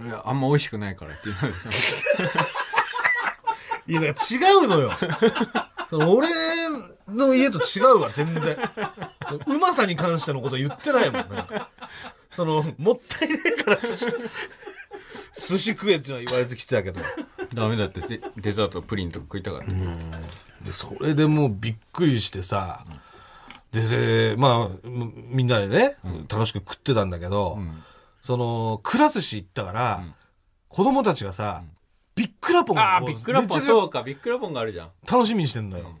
Speaker 1: いや、あんま美味しくないからっていうのでさ
Speaker 2: いや、だから違うのよ。 [laughs] 俺の家と違うわ、全然。うまさに関してのことは言ってないもんね。その、もったいねえから寿司、寿司食えっていうのは言われてきてたけど。
Speaker 1: [laughs] ダメだってぜデザートプリンとか食いたかった。
Speaker 2: でそれでもうびっくりしてさ、で、でまあ、むみんなでね、楽しく食ってたんだけど、
Speaker 1: ん
Speaker 2: その、くら寿司行ったから、子供たちがさ、ビックラポン
Speaker 1: ああ、
Speaker 2: を
Speaker 1: ビックラポ
Speaker 2: めちゃ
Speaker 1: ン、
Speaker 2: くちゃ
Speaker 1: そうか、ビックラポンがあるじゃん。
Speaker 2: 楽しみにしてんのよ。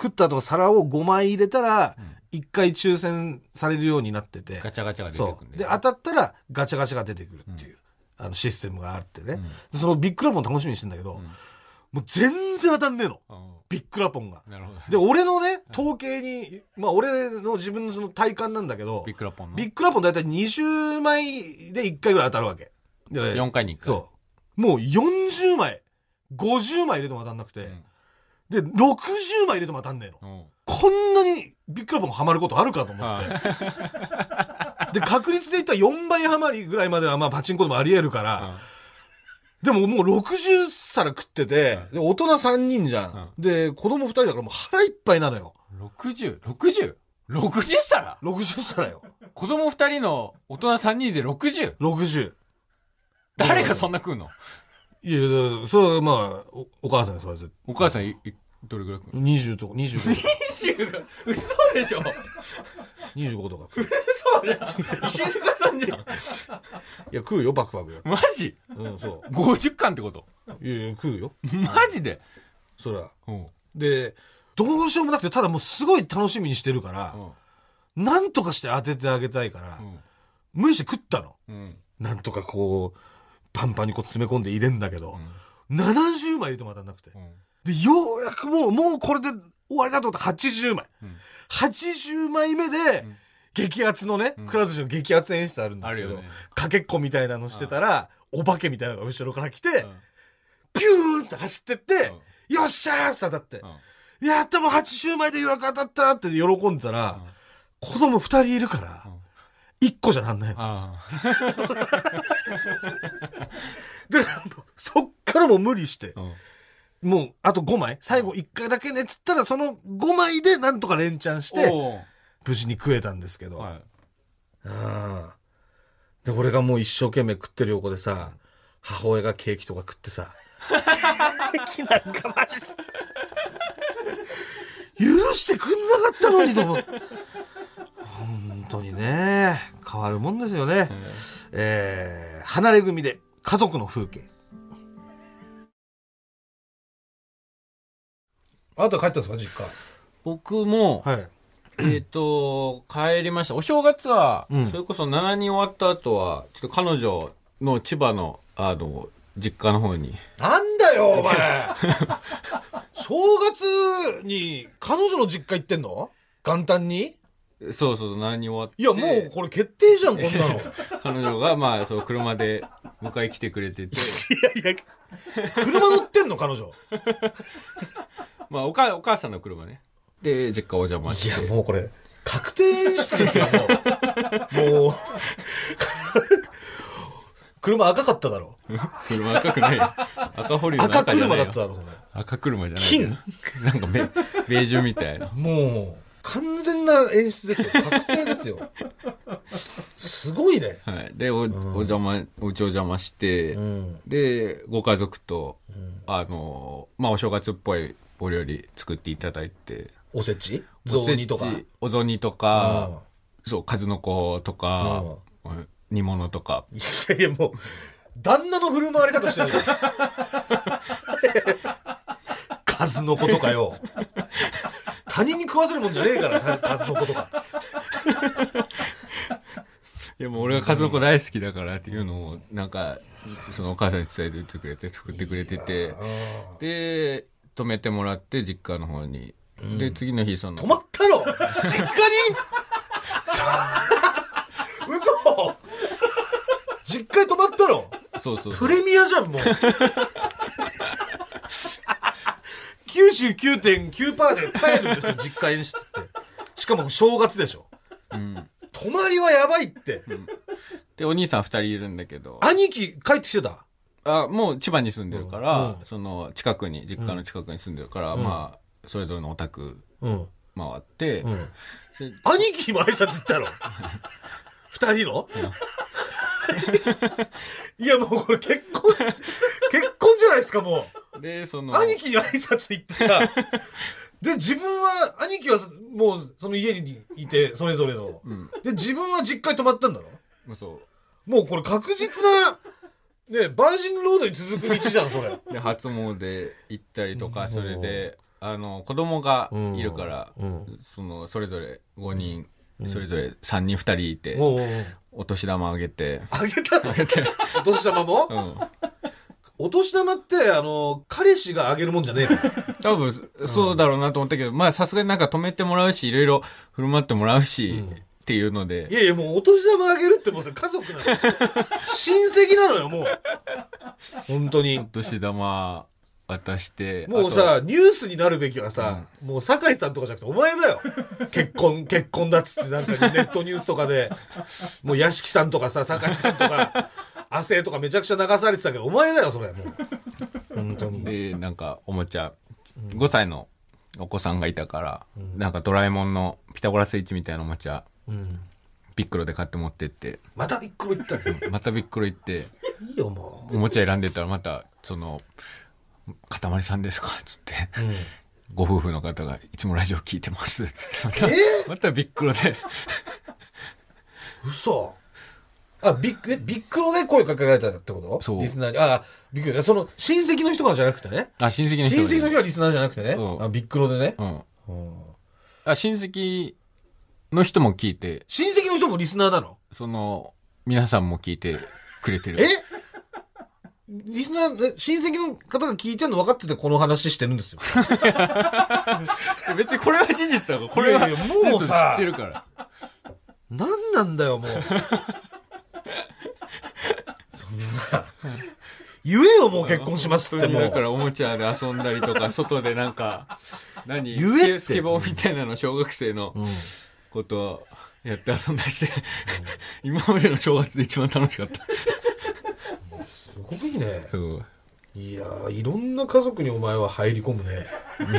Speaker 2: 食った後皿を5枚入れたら、1回抽選されるようになってて。
Speaker 1: ガチャガチャが出て
Speaker 2: そ
Speaker 1: くるん
Speaker 2: う。
Speaker 1: だ
Speaker 2: で、
Speaker 1: よ
Speaker 2: 当たったらガチャガチャが出てくるっていう、あのシステムがあってね。でそのビックラポン楽しみにしてんだけど、もう全然当たんねえの。
Speaker 1: う
Speaker 2: ビックラポンが
Speaker 1: ん。なるほど。
Speaker 2: で、俺のね、統計に、まあ俺の自分のその体感なんだけど
Speaker 1: ビ、ックラポンの。
Speaker 2: ビックラポン大体20枚で1回ぐらい当たるわけ。で
Speaker 1: 4回に1回。
Speaker 2: そう。もう40枚、50枚入れても当たんなくて、で、60枚入れても当たんねえの。
Speaker 1: うん。うん。
Speaker 2: こんなにビックラポンハマることあるかと思っ
Speaker 1: は
Speaker 2: て。
Speaker 1: い
Speaker 2: で、確率で言ったら4倍ハマりぐらいまではまあパチンコでもあり得るから、でももう60皿食ってて、で大人3人じゃん。で、子供2人だからもう腹いっぱいなのよ。
Speaker 1: うん。60、60?60 皿
Speaker 2: 60皿よ。
Speaker 1: 子供2人の大人3人で 60?
Speaker 2: 60。
Speaker 1: 誰がそんな食うの
Speaker 2: いや、だからそれはまあ、おお母さんにそれ絶
Speaker 1: お母さん、いいどれぐらい食うの
Speaker 2: 20とか、25
Speaker 1: ?20 が、嘘でしょ
Speaker 2: 25とか食う。
Speaker 1: 嘘じゃん。石塚さんじゃん。
Speaker 2: いや、食うよ、バクバクよ。
Speaker 1: マジ
Speaker 2: うん、そ
Speaker 1: ?50 巻ってこと
Speaker 2: う。いやいや、食うよ。
Speaker 1: マジで
Speaker 2: そりゃ。
Speaker 1: うん。
Speaker 2: で、どうしようもなくて、ただもうすごい楽しみにしてるから
Speaker 1: う、ん。
Speaker 2: なんとかして当ててあげたいから、無理して食ったの。
Speaker 1: うん。
Speaker 2: なんとかこう、パンパンにこう詰め込んで入れんだけど、70枚入れても当たんなくて
Speaker 1: う。ん。
Speaker 2: で、ようやくもう、もうこれで終わりだと思ったら80枚。
Speaker 1: うん
Speaker 2: 80枚目で
Speaker 1: ん、
Speaker 2: 激アツのね、
Speaker 1: ん
Speaker 2: くら寿司の激アツ演出あるんで
Speaker 1: あ
Speaker 2: す
Speaker 1: る
Speaker 2: け
Speaker 1: よ
Speaker 2: ど、
Speaker 1: ね。
Speaker 2: かけっこみたいなのしてたら、お化けみたいなのが後ろから来て、
Speaker 1: うん
Speaker 2: ピューンって走ってって、よっしゃーって当たって、やったもう80枚で予約当たったって喜んでたら、
Speaker 1: うん
Speaker 2: 子供2人いるから、1個じゃなんないの。
Speaker 1: ああ。
Speaker 2: だからもうそっからもう無理して
Speaker 1: う、ん。
Speaker 2: もうあと5枚、最後1回だけねっつったら、その5枚でなんとか連チャンして、
Speaker 1: お
Speaker 2: 無事に食えたんですけど、
Speaker 1: ーはい。
Speaker 2: ああ。で、俺がもう一生懸命食ってる横でさ、母親がケーキとか食ってさ、ケーキなんかマジで許してくんなかったのにと思う。本当にね、変わるもんですよね。えー、離れ組で家族の風景。あなた帰ったんですか、
Speaker 1: 僕も、
Speaker 2: 実家。はい。
Speaker 1: えっ、と、帰りました。お正月は、
Speaker 2: うん
Speaker 1: それこそ7人終わった後は、ちょっと彼女の千葉の、あの、実家の方に。
Speaker 2: なんだよ、お前。正月に彼女の実家行ってんの元旦に
Speaker 1: そうそうそう、7人終わって。
Speaker 2: いや、もうこれ決定じゃん、こんなの。い
Speaker 1: 彼女が、まあ、そう、車で迎え来てくれてて、
Speaker 2: やいや、車乗ってんの、彼女。
Speaker 1: まあ、おか、お母さんの車ね。で、実家お邪魔
Speaker 2: い
Speaker 1: し
Speaker 2: や、
Speaker 1: て。
Speaker 2: もうこれ、確定してですよ、もう。もう。車赤かっただろ。
Speaker 1: 車赤くない。赤堀の
Speaker 2: 赤
Speaker 1: 赤じゃな
Speaker 2: 車
Speaker 1: い
Speaker 2: だ
Speaker 1: よ
Speaker 2: っただろ、これ
Speaker 1: 赤車じゃない。金なんかベ、ベージュみたいな。
Speaker 2: もう、完全な演出ですよ。確定ですよ。すごいね。
Speaker 1: はい。で、お、お邪魔、お家お邪魔して、
Speaker 2: うん。
Speaker 1: で、ご家族と、あの、まあ、お正月っぽいお料理作っていただいて。
Speaker 2: おせち
Speaker 1: お
Speaker 2: 雑
Speaker 1: せ
Speaker 2: 煮
Speaker 1: ち
Speaker 2: とか。
Speaker 1: お雑煮とか、そう、数の子とか、うん煮物とか。
Speaker 2: いやいや、もう、旦那の振る舞われ方してるよ。数の子とかよ。他人に食わせるもんじゃねえから、た数の子とか。
Speaker 1: いや、もう俺が数の子大好きだからっていうのを、なんか、そのお母さんに伝えててくれて、作ってくれてて、で、泊めてもらって、実家の方に。で、次の日、その、
Speaker 2: 止まったろ実家に嘘実家に止まったろ
Speaker 1: そうそうそ
Speaker 2: プ
Speaker 1: う。
Speaker 2: レミアじゃん、もう。99.9%で帰るんですよ、実家演出って。しかも正月でしょ。泊まりはやばいって。
Speaker 1: で、お兄さん二人いるんだけど、
Speaker 2: 兄貴帰ってきてた。
Speaker 1: あもう千葉に住んでるから
Speaker 2: う、ん
Speaker 1: その近くに、実家の近くに住んでるから、まあ、それぞれのお宅 [laughs]
Speaker 2: うん。
Speaker 1: 回って、
Speaker 2: うん。
Speaker 1: で
Speaker 2: 兄貴にも挨拶行ったろ。二人のいやもうこれ結婚、結婚じゃないですかも。
Speaker 1: で、そうの、
Speaker 2: 兄貴に挨拶行ってさ。で、自分は、兄貴はもうその家にいて、それぞれの。
Speaker 1: うん、
Speaker 2: で、自分は実家に泊まったんだろ
Speaker 1: まあそ
Speaker 2: もうこれ確実な、ね、バージンロードに続く道じゃん、それ。
Speaker 1: う。で、初詣行ったりとか、それで、あの、子供がいるから、
Speaker 2: うん
Speaker 1: その、それぞれ5人、それぞれ3人2人いて、
Speaker 2: もう、
Speaker 1: お年玉あげて、
Speaker 2: あげ
Speaker 1: [laughs]
Speaker 2: た
Speaker 1: あ
Speaker 2: の
Speaker 1: げ [laughs] て、
Speaker 2: お年玉も
Speaker 1: うん。
Speaker 2: お年玉って、あの、彼氏があげるもんじゃねえから。
Speaker 1: 多分、そうだろうなと思ったけど、まあさすがになんか止めてもらうし、いろいろ振る舞ってもらうし、
Speaker 2: うん
Speaker 1: っていうので
Speaker 2: [laughs] い、やいや、もうお年玉あげるってもうそれ家族 [laughs] なの。親戚なのよ、もう。本当
Speaker 1: お
Speaker 2: に。
Speaker 1: 年玉渡して、
Speaker 2: もう
Speaker 1: あ
Speaker 2: さ、ニュースになるべきはさ、もう酒井さんとかじゃなくてお前だよ。結婚、結婚だっつってなんかネットニュースとかで、もう屋敷さんとかさ、酒井さんとか、亜生とかめちゃくちゃ流されてたけど、お前だよ、それ、もう。本当
Speaker 1: と
Speaker 2: に。
Speaker 1: で、なんかおもちゃ、5歳のお子さんがいたから、なんかドラえもんのピタゴラスイッチみたいなおもちゃ、
Speaker 2: うん。
Speaker 1: ビックロで買って持ってって、
Speaker 2: またびっくり言ったの。
Speaker 1: またビックロ行って、
Speaker 2: いいよ、も
Speaker 1: おもちゃ選んでたらまた、その、かたまりさんですかつって、
Speaker 2: う。うん。
Speaker 1: ご夫婦の方が、いつもラジオ聞いてます。つって、また、
Speaker 2: え
Speaker 1: またビックロで、
Speaker 2: 嘘あ、ビッグ、えビックロで声かけられたってこと
Speaker 1: そう
Speaker 2: リスナーに。あ、ビックロ。その、親戚の人からじゃなくてね。
Speaker 1: あ、親戚の人
Speaker 2: 親
Speaker 1: がいる
Speaker 2: 戚の人はリスナーじゃなくてね。
Speaker 1: うん
Speaker 2: あビックロでね、
Speaker 1: うん。
Speaker 2: うん
Speaker 1: あ、親戚の人も聞いて、
Speaker 2: 親戚の人もリスナーなの
Speaker 1: その、皆さんも聞いてくれてる。
Speaker 2: えリスナー、え親戚の方が聞いてるの分かっててこの話してるんで
Speaker 1: [laughs]
Speaker 2: すよ。
Speaker 1: 別にこれは事実だから、これはい
Speaker 2: やいやもう
Speaker 1: もう知
Speaker 2: さ
Speaker 1: ってるから。
Speaker 2: 何なんだ
Speaker 1: [laughs]
Speaker 2: よ、もう。そんな。言えよ、もう結婚しますって、
Speaker 1: 本当
Speaker 2: も
Speaker 1: にだか
Speaker 2: う。
Speaker 1: らおもちゃで遊んだりとか、外でなん [laughs] か、何
Speaker 2: 言え
Speaker 1: ス
Speaker 2: って
Speaker 1: ケスケボーみたいなの小学生のことをやって遊んだりして、今までの正月で一番楽しかった。
Speaker 2: すごいね。
Speaker 1: そう
Speaker 2: いやー、いろんな家族にお前は入り込むね。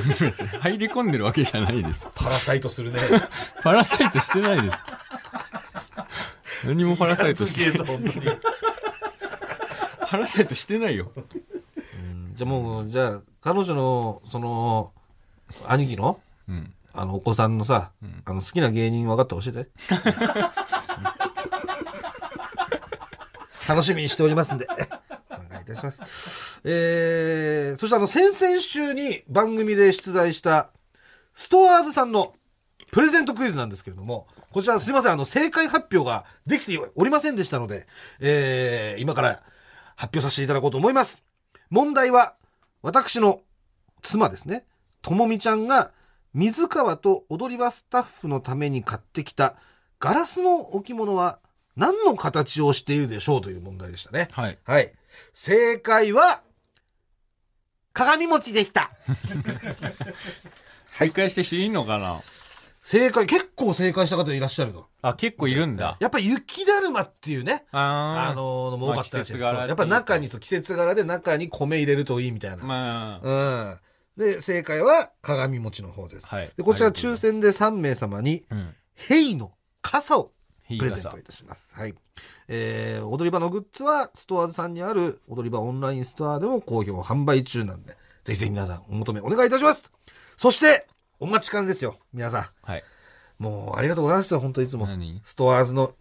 Speaker 1: 別に入り込んでるわけじゃないです。
Speaker 2: パラサイトするね。
Speaker 1: パラサイトしてないです。何もパラサイ
Speaker 2: [laughs]
Speaker 1: トして
Speaker 2: すげえぞ本当に。
Speaker 1: パラサイトしてないよ。
Speaker 2: じゃあもう、じゃあ、彼女の、その、兄貴の、
Speaker 1: うん。
Speaker 2: あの、お子さんのさ、あの、好きな芸人分かって教
Speaker 1: [laughs]
Speaker 2: えて。楽しみにしておりますんで。お願いいたします。えー、そしてあの、先々週に番組で出題した、ストアーズさんのプレゼントクイズなんですけれども、こちらすいません、あの、正解発表ができておりませんでしたので、えー、今から発表させていただこうと思います。問題は、私の妻ですね、ともみちゃんが、水川と踊り場スタッフのために買ってきたガラスの置物は何の形をしているでしょうという問題でしたね。
Speaker 1: はい。
Speaker 2: はい。正解は、鏡餅でした。
Speaker 1: 正解してしていいのかな
Speaker 2: 正解、結構正解した方いらっしゃるの。
Speaker 1: あ、結構いるんだ。
Speaker 2: やっぱ雪だるまっていうね、
Speaker 1: あ
Speaker 2: あ
Speaker 1: の、
Speaker 2: ののも多かったらしいです。
Speaker 1: まあ季節柄
Speaker 2: そうやっぱ中にそう、季節柄で中に米入れるといいみたいな。
Speaker 1: まあ、
Speaker 2: うん。で、正解は鏡餅の方です。
Speaker 1: はい
Speaker 2: で、こちら
Speaker 1: ありがとう
Speaker 2: 抽
Speaker 1: ご
Speaker 2: 選で3名様に、
Speaker 1: うん。
Speaker 2: ヘイの傘を
Speaker 1: いい
Speaker 2: プレゼントいたします。はい。えー踊り場のグッズは、ストアーズさんにある踊り場オンラインストアでも好評販売中なんで、ぜひぜひ皆さんお求めお願いいたします。そして、お待ちかねですよ、皆さ
Speaker 1: はい。
Speaker 2: ん。もう、ありがとうございますよ、本当いつも。
Speaker 1: 何
Speaker 2: ストアーズの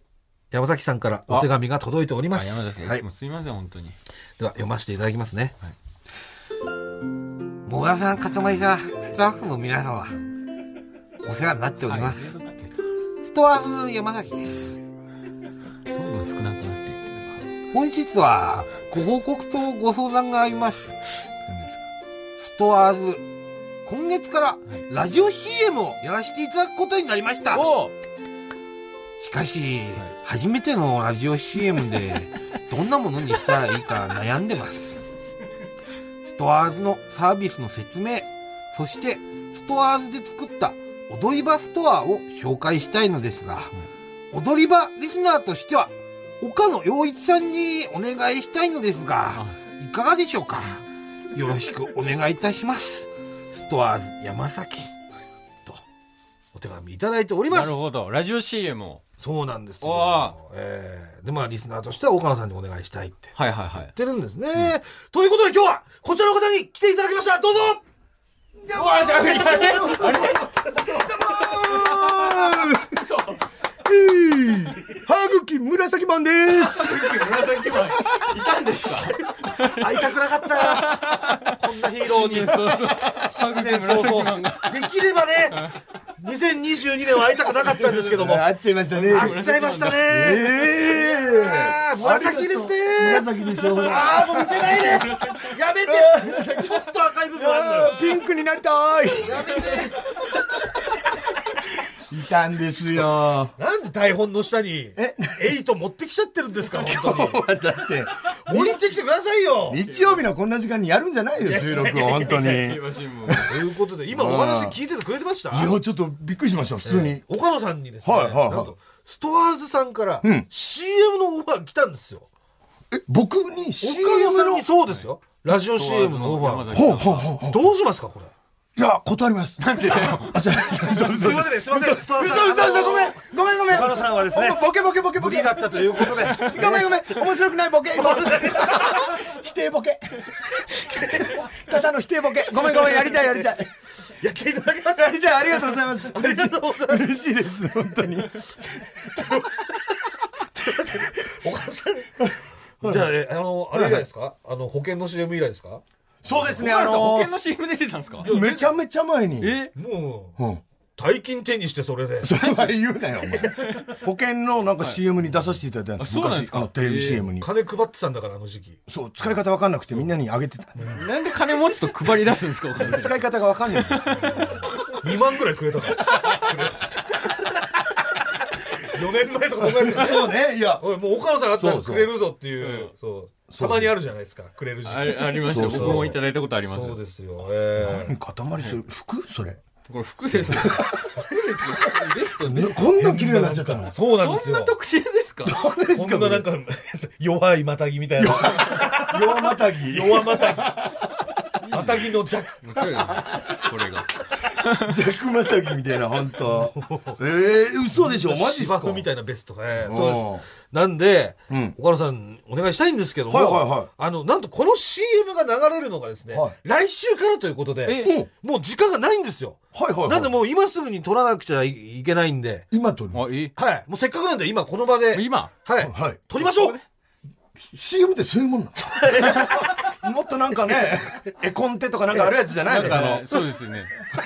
Speaker 2: 山崎さんからお手紙が届いておりま
Speaker 1: あ、
Speaker 2: す。
Speaker 1: 山崎さん、
Speaker 2: は
Speaker 1: い
Speaker 2: い
Speaker 1: つも。すいません、本当に。
Speaker 2: では、読ませていただきますね。
Speaker 1: はい
Speaker 2: もがさん、かたまりさん、スタッフの皆様、お世話になっております。
Speaker 1: はい
Speaker 2: ストアーズ山崎です。
Speaker 1: どんどん少なくなっていってるから
Speaker 2: 本日は、ご報告とご相談があります。ストアーズ、今月から
Speaker 1: い
Speaker 2: ラジオ CM をやらせていただくことになりました。
Speaker 1: おう
Speaker 2: しかし、初めてのラジオ CM で、
Speaker 1: [laughs]
Speaker 2: どんなものにしたらいいか悩んでます。ストアーズのサービスの説明、そして、ストアーズで作った踊り場ストアを紹介したいのですが、踊り場リスナーとしては、岡野陽一さんにお願いしたいのですが、いかがでしょうかよろしくお願いいたします。ストアーズ山崎。と、お手紙いただいておりま
Speaker 1: な
Speaker 2: す
Speaker 1: る。ほど。ラジオ CM を。
Speaker 2: そうなんです
Speaker 1: ああ
Speaker 2: よ。えーで、まあ、リスナーとしては岡野さんにお願いしたいって。
Speaker 1: はいはいはい
Speaker 2: 言っ。てるんですね。ということで今日は、こちらの方に来ていただきましたどうぞ
Speaker 1: あれ [laughs] あれあれ
Speaker 2: 歯茎紫マンです
Speaker 1: 紫マン、いたんですか
Speaker 2: [laughs] 会いたくなかったこんなヒーローに。
Speaker 1: そうそう。歯茎紫マンが。
Speaker 2: できればね、2022年は会いたくなかったんですけども。
Speaker 3: あっちゃいましたね。
Speaker 2: 会っちゃいましたね。
Speaker 3: ええ
Speaker 2: あー紫ですね。
Speaker 3: 紫でしょうが。
Speaker 2: ああ、もう見せないで。やめて。ちょっと赤い部分あるのよ。
Speaker 3: ピンクになりたい。
Speaker 2: やめて。
Speaker 3: いたんですよ。
Speaker 2: なんで台本の下に、
Speaker 3: え
Speaker 2: エイト持ってきちゃってるんですか、本当に。
Speaker 3: だって、
Speaker 2: 置いてきてくださいよ。
Speaker 3: 日曜日のこんな時間にやるんじゃないよ、収録を、本当に。いや、
Speaker 1: 東新聞。
Speaker 2: ということで、今お話聞いててくれてました
Speaker 3: ちょっとびっくりしました、普通に。
Speaker 2: 岡野さんにですね、
Speaker 3: はいはいはい
Speaker 2: なんと、ストアーズさんから CM のオファー来たんですよ。
Speaker 3: え、僕に CM
Speaker 2: 岡野さん
Speaker 3: の
Speaker 2: に。そうですよ。ラジオ CM のオファ
Speaker 3: ほうほうほうほ
Speaker 2: ー。どうしますか、これ。
Speaker 3: う。いや、断ります。
Speaker 1: なんでだよ。
Speaker 3: あ、じゃあ、嘘
Speaker 2: と
Speaker 3: 嘘
Speaker 2: いう
Speaker 3: 嘘
Speaker 2: わけで、すいません、ストアーズさん。
Speaker 3: 嘘嘘嘘ごめんごめんごめん
Speaker 2: 岡野さんはですね、
Speaker 3: ボケボケボケボ
Speaker 2: 無
Speaker 3: ケ
Speaker 2: 理だったということで、
Speaker 3: ごめんごめん [laughs] 面白くないボケ今否定ボケただの否定ボケごめんごめんやりたいやりたい
Speaker 2: やっていただきます。
Speaker 3: やりたいありがとうございます
Speaker 2: ありがとうございます。
Speaker 3: 嬉しいです本当に
Speaker 2: 岡野さん。じゃあ、えあの、あれ以来ですかあの、保険の CM 以来ですか
Speaker 3: そうですね
Speaker 1: あ
Speaker 3: あ
Speaker 1: の保
Speaker 3: の
Speaker 1: 険の CM 出てたんですか
Speaker 3: めちゃめちゃ前に
Speaker 1: え
Speaker 2: もう、
Speaker 3: うん
Speaker 2: 大金手にしてそれで。
Speaker 3: それは言うなよお前保険のなんか CM に出させていただいたんです
Speaker 1: あそうなんで
Speaker 3: 昔
Speaker 1: すか
Speaker 3: あのテレビ CM に
Speaker 2: 金配ってたんだから、あの時期。
Speaker 3: そう使い方わかんなくてみんなにあげてた
Speaker 1: なんで金持ちと配り出すんですかお金
Speaker 3: [laughs] 使い方がわかんない
Speaker 2: 2万ぐらいくれたから。4年前とか考えてた
Speaker 3: そうねいや
Speaker 2: おい、もう岡野さんあったら
Speaker 3: そうそ
Speaker 2: く
Speaker 3: う
Speaker 2: れるぞっていう、そうたまにあるじゃないですか、くれる時
Speaker 1: あ
Speaker 2: 期。
Speaker 1: りありましたよ
Speaker 3: そうそう
Speaker 1: 僕もいただいたことあります
Speaker 2: そう
Speaker 1: よ
Speaker 2: ですよ。え
Speaker 3: [laughs] 塊それ服それ
Speaker 1: これ服ですよ服ですよベストです
Speaker 3: [laughs] こんな綺麗になっちゃったの
Speaker 2: えそうなんです
Speaker 1: そん
Speaker 2: よ。
Speaker 1: な特殊ですか
Speaker 2: こんななんか、 [laughs] 弱いまたぎみたいな。
Speaker 3: 弱またぎ
Speaker 2: 弱またぎ。
Speaker 3: [laughs]
Speaker 2: またぎの弱。
Speaker 1: 面白いなこれが
Speaker 3: ジャックマタギみたいな、本 [laughs] 当。ええ嘘でしょ、マジっす
Speaker 2: 芝
Speaker 3: か。
Speaker 2: 生みたいなベスト。ええ
Speaker 3: ん
Speaker 2: そうです。なんで、
Speaker 3: うん
Speaker 2: 岡野さん、お願いしたいんですけども、
Speaker 3: はいはいはい
Speaker 2: あの、なんとこの CM が流れるのがですね、
Speaker 3: はい
Speaker 2: 来週からということで、
Speaker 1: え
Speaker 2: もう時間がないんですよ。
Speaker 3: はいはいはい。
Speaker 2: なんでもう今すぐに撮らなくちゃいけないんで、
Speaker 3: 今撮る。
Speaker 1: あえ
Speaker 2: はい。もうせっかくなんで今この場で、
Speaker 1: 今
Speaker 2: はい。
Speaker 3: はい
Speaker 2: 撮りましょう
Speaker 3: CM ってそういうもんなの [laughs] もっとなんかね、絵コンテとかなんかあるやつじゃないですか。
Speaker 1: えーそうですよね [laughs]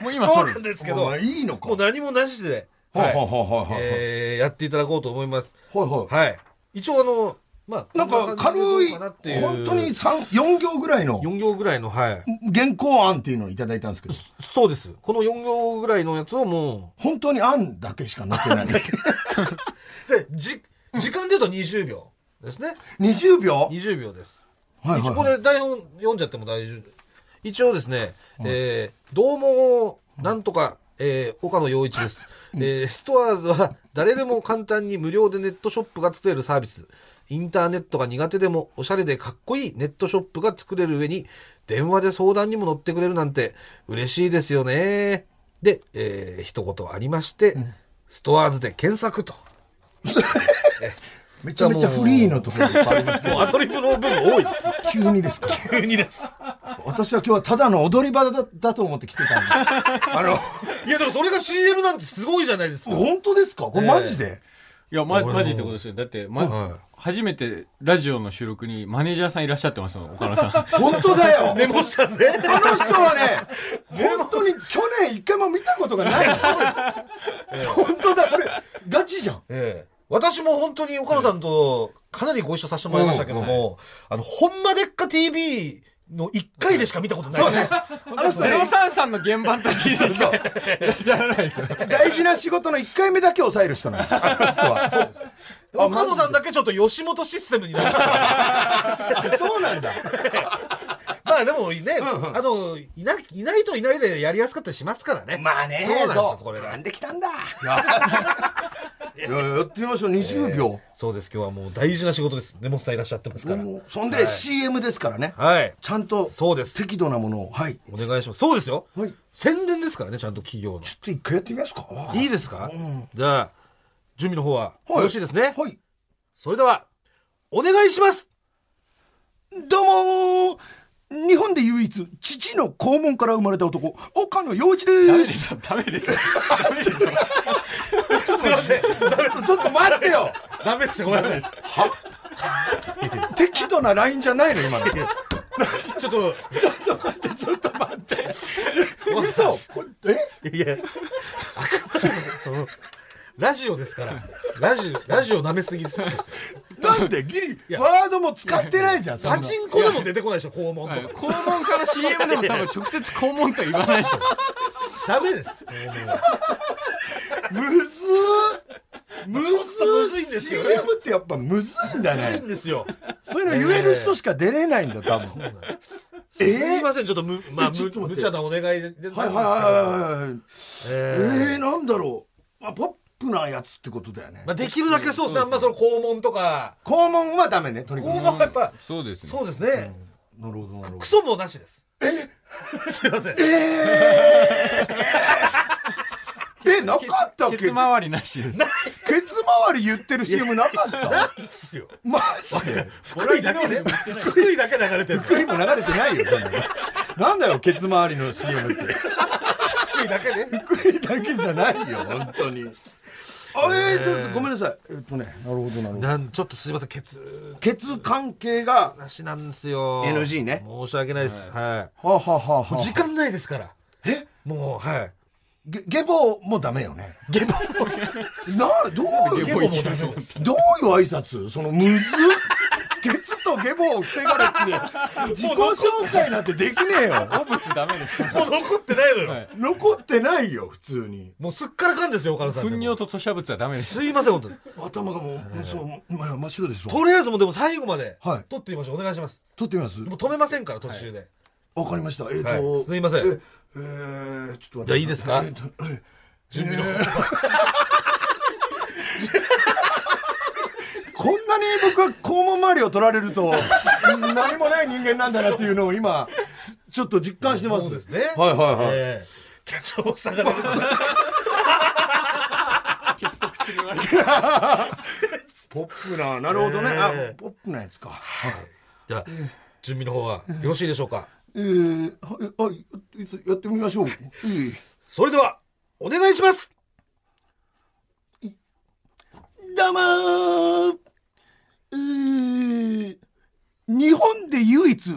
Speaker 1: もう今
Speaker 2: そ
Speaker 1: 撮
Speaker 2: うなん
Speaker 1: る
Speaker 2: ですけ
Speaker 3: あのお
Speaker 2: ど
Speaker 3: 前、いいのか。
Speaker 2: もう何もなしで、
Speaker 3: はいはい
Speaker 2: は。
Speaker 3: はいいはいはい。
Speaker 2: えーやっていただこうと思います。
Speaker 3: はいは
Speaker 2: はい。一応あの、まあ、
Speaker 3: い。なんか軽い、本当に三4行ぐらいの
Speaker 2: 4行ぐらいの、はい。
Speaker 3: 原稿案っていうのをいただいたんですけど、
Speaker 2: そうです。この4行ぐらいのやつをも
Speaker 3: 本当に案だけしか載ってない。
Speaker 2: う、
Speaker 3: [laughs]
Speaker 2: で、じ、時間で言うと20秒ですね。
Speaker 3: 20秒
Speaker 2: 20秒です。
Speaker 3: はい
Speaker 2: 一応こ
Speaker 3: はい。
Speaker 2: れ台本読んじゃっても大丈夫。一応ですね、えー、どうも、なんとか、えー、岡野陽一です。えー、ストアーズは誰でも簡単に無料でネットショップが作れるサービス。インターネットが苦手でもおしゃれでかっこいいネットショップが作れる上に、電話で相談にも乗ってくれるなんて嬉しいですよね。で、えー、一言ありまして、ストアーズで検索と。
Speaker 3: めちゃめちゃフリーのところです。 [laughs]
Speaker 2: もうアドリブの部分多いです。
Speaker 3: 急にですか
Speaker 2: 急にです。
Speaker 3: 私は今日はただの踊り場だだと思って来て [laughs] たんです。あの、
Speaker 2: いや、でもそれが CM なんてすごいじゃないですか。
Speaker 3: 本当ですかこれマジで、
Speaker 1: いやまマジってことですよだってま
Speaker 2: はい
Speaker 1: 初めてラジオの収録にマネージャーさんいらっしゃってます
Speaker 2: [laughs]
Speaker 1: もん岡野さん
Speaker 3: 本当だ [laughs] よ
Speaker 2: 根本さんね。
Speaker 3: あの人はね、 [laughs] 本当に去年一回も見たことが [laughs] ない本当だ、これ、ガチじゃん。
Speaker 2: ええ。私も本当に岡野さんとかなりご一緒させてもらいましたけども、あの、ほんまでっか TV の1回でしか見たことない。そう
Speaker 3: [laughs]
Speaker 2: ね。
Speaker 3: あの人ね、
Speaker 1: 033の現場の時にしか [laughs] いらっしゃらないですよ
Speaker 3: 大事な仕事の一回目だけ抑える人なの。あの人は。そうです。
Speaker 2: 岡野さんだけちょっと吉本システムになってた。
Speaker 3: あ、そうなんだ。
Speaker 2: [laughs] ままあでもね、
Speaker 3: うんうん
Speaker 2: あの、いな、いないといないでやりやすかったりしますからね。
Speaker 3: まあね
Speaker 2: そうなんですよ
Speaker 3: そう
Speaker 2: これが
Speaker 3: なんで来たんだいややってみましょう20秒、
Speaker 2: そうです、今日はもう大事な仕事です。根本さんいらっしゃってますから。
Speaker 3: もうそんで、CM ですからね
Speaker 2: はい。
Speaker 3: ちゃんと
Speaker 2: そうです
Speaker 3: 適度なものをはい
Speaker 2: お願いします。そうですよ。
Speaker 3: はい
Speaker 2: 宣伝ですからね、ちゃんと企業の。
Speaker 3: ちょっと一回やってみますか
Speaker 2: いいですか、
Speaker 3: うん
Speaker 2: じゃあ、準備の方は、よろしいですね。
Speaker 3: はい
Speaker 2: それでは、お願いします
Speaker 3: どうもー日本で唯一父の肛門から生まれた男岡野陽一
Speaker 1: ダメ
Speaker 3: で
Speaker 1: ですすよ。ダメですよ。ダメですよ。
Speaker 3: ちょっとすいま [laughs] せんちょっと待ってよ
Speaker 2: ダメでした、ごめんなさい。
Speaker 3: 適度なラインじゃないの今の
Speaker 2: ちょっと、
Speaker 3: ちょっと待って、ちょっと待って。嘘これえ
Speaker 2: いや、あのラジオですから、ラジオ、ラジオ舐めすぎです。
Speaker 3: なんでギリ、
Speaker 2: や
Speaker 3: ワードも使ってないじゃん、そんな
Speaker 2: パチンコでも出てこないでしょ、肛門とか。
Speaker 1: 肛門から CM でも多分直接肛門とは言わないでしょ。
Speaker 2: ダメです。肛門は
Speaker 3: むずーむず
Speaker 2: む
Speaker 3: ー
Speaker 2: ずいんですよね
Speaker 3: CM ってやっぱむずいんだ
Speaker 2: いい
Speaker 3: ね
Speaker 2: ん。ですよ。
Speaker 3: そういうの言える人しか出れないんだ、多分。
Speaker 2: す
Speaker 3: えー
Speaker 2: いません、ちょっとむ、まあ、
Speaker 3: えちょっと
Speaker 2: む
Speaker 3: 待
Speaker 2: 無
Speaker 3: って
Speaker 2: 茶なお願いで。はい
Speaker 3: はいはいはいはいはい。え
Speaker 2: え
Speaker 3: ー、なんだろう。まあ、ポップなやつってことだよね
Speaker 2: ーまあ、。できるだけそうですね。あんまその肛門とか。
Speaker 3: 肛門はダメね、とにか
Speaker 2: 肛
Speaker 3: く。
Speaker 2: 門はやっぱ、
Speaker 1: そうですね。
Speaker 2: そうですね。
Speaker 3: なるほど、なるほど
Speaker 2: ク。ソもなしです。えすいません。
Speaker 3: え、なかったっけ
Speaker 1: 血回りなしです。
Speaker 3: ケツ周り言ってる CM なかった
Speaker 2: ないっすよ。
Speaker 3: マジで
Speaker 2: 福井だけで、福井だけ流れてる。
Speaker 3: 福井も流れてないよ、そんなの。なんだよ、ケツ周りの CM って。
Speaker 2: 福井だけで。
Speaker 3: 福井だけじゃないよ、本当に。あ、えー、ちょっとごめんなさい。えっとね、なるほど、なるほど。
Speaker 2: なんちょっとすいません、ケツ
Speaker 3: ケツ関係が、
Speaker 2: なしなんですよ。
Speaker 3: NG ね
Speaker 2: 申し訳ないです。は。
Speaker 3: はあ、はあはあはいあ
Speaker 2: 時間ないですから。
Speaker 3: え
Speaker 2: もう、はい。
Speaker 3: ゲゲボもダメよね。
Speaker 2: ゲボも、
Speaker 3: な、どういう、
Speaker 2: ゲボもダメです。
Speaker 3: どういう挨拶その、むずっ。ケツとゲボを防がれ
Speaker 2: [laughs]
Speaker 3: て、自己紹介なんてできねえよ。
Speaker 1: 汚物ダメです。
Speaker 2: もう残ってないのよ。
Speaker 1: はい
Speaker 3: 残ってないよ、普通に。
Speaker 2: もうすっからかんですよ、岡野さんでも。
Speaker 1: 糞尿と吐砂物はダメです。
Speaker 2: すいません、本当に。
Speaker 3: 頭がもう、そう、ま真っ白ですわ。
Speaker 2: とりあえずもうでも最後まで、
Speaker 3: はい
Speaker 2: 取ってみましょう。お願いします。
Speaker 3: 撮ってみます
Speaker 2: もう止めませんから、途中で。
Speaker 3: わかりました。えっ、
Speaker 2: は
Speaker 3: と、
Speaker 2: いすいません
Speaker 3: ええー、ちょっと
Speaker 2: じゃ
Speaker 3: 待ってくださ
Speaker 2: あいいですか
Speaker 3: えーとえー
Speaker 2: 準備の方。
Speaker 3: [laughs] こんなに僕は肛門周りを取られると、 [laughs] 何もない人間なんだなっていうのを今、ちょっと実感してます。
Speaker 2: そうですね。
Speaker 3: はいはいはい。
Speaker 2: えーケツを下がれる。
Speaker 3: [laughs]
Speaker 1: ケツと口に割れ
Speaker 3: ポップな、なるほどね。
Speaker 2: えー
Speaker 3: あ、ポップなやつか。
Speaker 2: じゃあ、準備の方はよろしいでしょうか。
Speaker 3: えー、はい、はいやってみましょう。えー
Speaker 2: それでは、お願いします
Speaker 3: どうもーえー日本で唯一、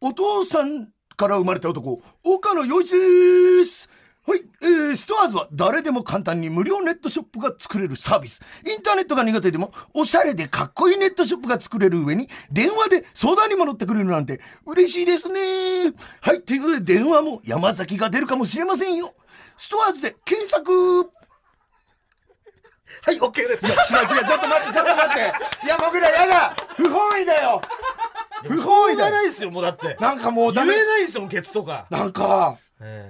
Speaker 3: お父さんから生まれた男、岡野陽一ですはい、えーストアーズは誰でも簡単に無料ネットショップが作れるサービス。インターネットが苦手でも、おしゃれでかっこいいネットショップが作れる上に、電話で相談にも乗ってくれるなんて、嬉しいですねはい、ということで電話も山崎が出るかもしれませんよストアーズで検索
Speaker 2: はい、OK です
Speaker 3: いや、。違う違う、ちょっと待って、ちょっと待って。いや、僕らやだ不本意だよ不本意
Speaker 2: じゃ
Speaker 3: だ
Speaker 2: な
Speaker 3: よ
Speaker 2: いですよ、もうだって。
Speaker 3: なんかもう
Speaker 2: 言
Speaker 3: ダ
Speaker 2: え
Speaker 3: メ
Speaker 2: ないですよ、もうケツとか。
Speaker 3: なんか、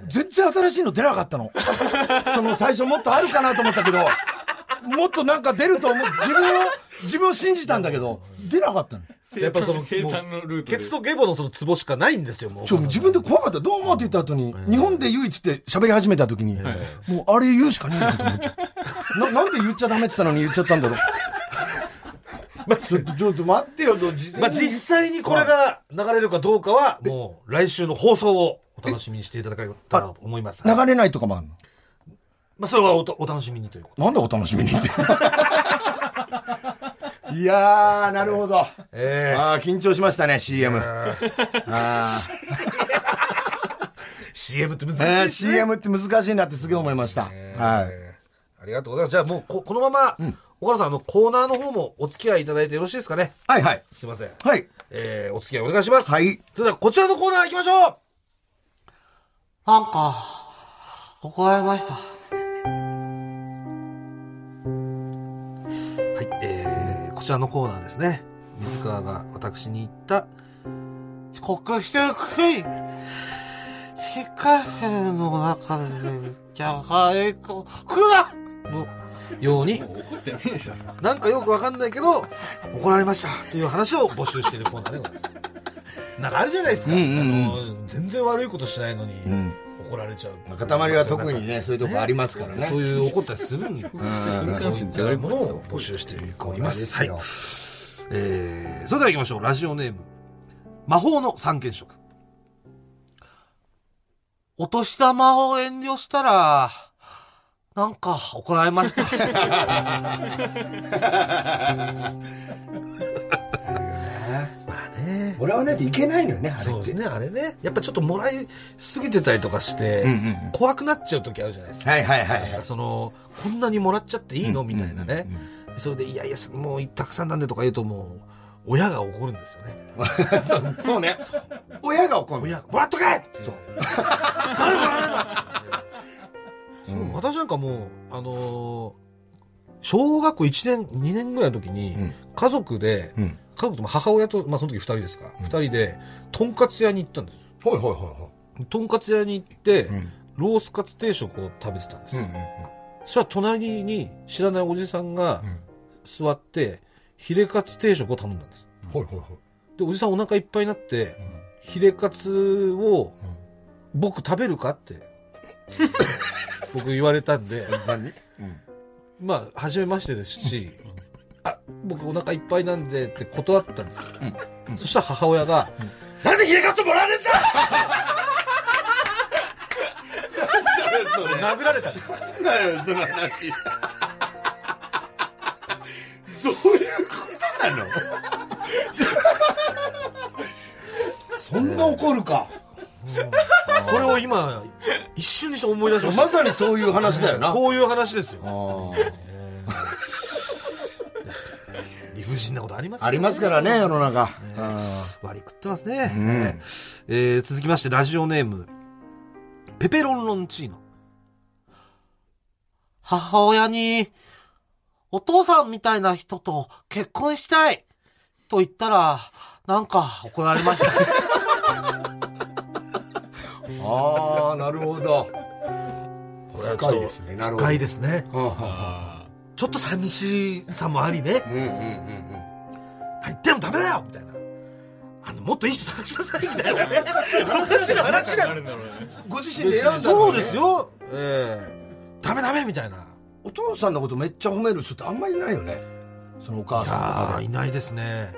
Speaker 3: 全然新しいの出なか
Speaker 2: [laughs]
Speaker 3: ったの。その最初もっとあるかなと思ったけど、もっとなんか出ると思う。自分を、自分を信じたんだけど、出なかったの。
Speaker 1: 生誕の生誕のルートで
Speaker 2: ケツとゲボのそのツボしかないんですよ、もう。
Speaker 3: ちょ、自分で怖かった。どうもって言った後に、日本で唯一って喋り始めた時に、もうあれ言うしかねえなと思っちゃ [laughs] う。な、なんで言っちゃダメって言ったのに言っちゃったん [laughs] だろう。ちょっと、ちょっと待ってよ、その事前に
Speaker 2: まあ、実際にこれが流れるかどうかは、もう来週の放送をお楽しみにしていただけたらと思います。ま
Speaker 3: 流れないとかもあるの
Speaker 2: あ、それはおとお楽しみにということ
Speaker 3: なんでお楽しみにって言った [laughs] いやー、なるほど。
Speaker 2: え
Speaker 3: あー緊張しましたね、CM。あー
Speaker 2: で。CM って難しいですね。
Speaker 3: [laughs] え [laughs] ー CM って難しいなってすげえ思いました。はい。
Speaker 2: えーありがとうございます。じゃあもうこ、このまま、岡野さん、あの、コーナーの方もお付き合いいただいてよろしいですかね。
Speaker 3: はいはい。
Speaker 2: すいません。
Speaker 3: はい。
Speaker 2: えー、お付き合いお願いします。
Speaker 3: はい。
Speaker 2: それでは、こちらのコーナー行きましょう
Speaker 4: なんか、怒られました。
Speaker 2: はい、えー、こちらのコーナーですね。水川が私に言った、
Speaker 4: 克してくい。新幹線の中で、じゃがいこ、くわ
Speaker 2: のように
Speaker 1: もう怒ってねえだろ。
Speaker 2: なんかよくわかんないけど、怒られましたという話を募集しているコーナーでござい
Speaker 3: [laughs]
Speaker 2: ます。なんかあるじゃないですか。
Speaker 3: うんうん
Speaker 2: あの全然悪いことしないのに、
Speaker 3: ん
Speaker 2: 怒られちゃう。
Speaker 3: 塊は特にねそういうとこありますからね
Speaker 2: そういう怒ったりするん
Speaker 1: 新
Speaker 2: で、
Speaker 1: 幹線ってあれ
Speaker 2: ものを募集して
Speaker 3: い
Speaker 2: います。はい。えー、それでは行きましょう。ラジオネーム。魔法の三原色。
Speaker 4: お年玉を遠慮したら、なんか怒られました。
Speaker 3: [laughs]
Speaker 2: ね
Speaker 3: もらわないといけないのよねあれ
Speaker 2: そう
Speaker 3: っ
Speaker 2: です
Speaker 3: て
Speaker 2: ね、あれね。やっぱちょっともらいすぎてたりとかして、
Speaker 3: うんうんうん
Speaker 2: 怖くなっちゃう時あるじゃないですか。
Speaker 3: はいはいは
Speaker 2: なん
Speaker 3: い
Speaker 2: かその、こんなにもらっちゃっていいのみたいなね
Speaker 3: うんうん。
Speaker 2: それで、いやいや、もうたくさんなんでとか言うともう、親が怒るんですよね。
Speaker 3: [laughs] そうそうね親が怒る
Speaker 2: 親が、もらっとけ
Speaker 3: そう
Speaker 2: そう私なんかもう、あのー小学校1年、2年ぐらいの時に、
Speaker 3: うん
Speaker 2: 家族で、
Speaker 3: うん
Speaker 2: 家族とも母親と、まあその時2人ですか、2人で、とんかつ屋に行ったんですよ。
Speaker 3: ほいほいほいほ
Speaker 2: とんかつ屋に行って、
Speaker 3: い
Speaker 2: ロースカツ定食を食べてたんですよ。
Speaker 3: うん
Speaker 2: そしたら隣に知らないおじさんが
Speaker 3: ん
Speaker 2: 座って、ヒレカツ定食を頼んだんです。
Speaker 3: ほいほいほい
Speaker 2: で、おじさんお腹いっぱいになって、ヒレカツを
Speaker 3: ん、
Speaker 2: 僕食べるか
Speaker 3: [laughs]
Speaker 2: って、僕言われたんで、
Speaker 3: 何
Speaker 2: まあ、初めましてですし、あ、僕お腹いっぱいなんでって断ったんですよ。そしたら母親が、なんでヒレカツもらわれた
Speaker 3: それ
Speaker 2: 殴られたんです。
Speaker 3: だよその話どういうことなのそんな怒るか
Speaker 2: それを今、一瞬にして思い出しました。
Speaker 3: まさにそういう話だよな
Speaker 2: そういう話ですよ。
Speaker 3: あ
Speaker 2: 理不尽なことあります
Speaker 3: ーありますからね世の中
Speaker 2: 割り食ってますね、ねえー続きましてラジオネームペペロンロンチーノ
Speaker 4: 母親に、お父さんみたいな人と結婚したいと言ったら、なんか怒られました。
Speaker 3: うんああなるほどこれは深いですねなるほど
Speaker 2: 深いですね
Speaker 3: うんうんうん
Speaker 1: あ
Speaker 2: ちょっと寂しさもありね
Speaker 3: うんうんうん
Speaker 2: 入ってもダメだよみたいなあのもっといい人探しなさいみたいなね話の
Speaker 1: あ。
Speaker 2: 話
Speaker 1: な
Speaker 2: だ
Speaker 1: るんだろうね。
Speaker 3: ご自身で選んだ
Speaker 2: そうですよええダメダメみたいな
Speaker 3: お父さんのことめっちゃ褒める人ってあんまりいないよねそのお母
Speaker 2: い
Speaker 3: さんと
Speaker 2: や
Speaker 3: か
Speaker 2: ー
Speaker 3: で
Speaker 2: いないですね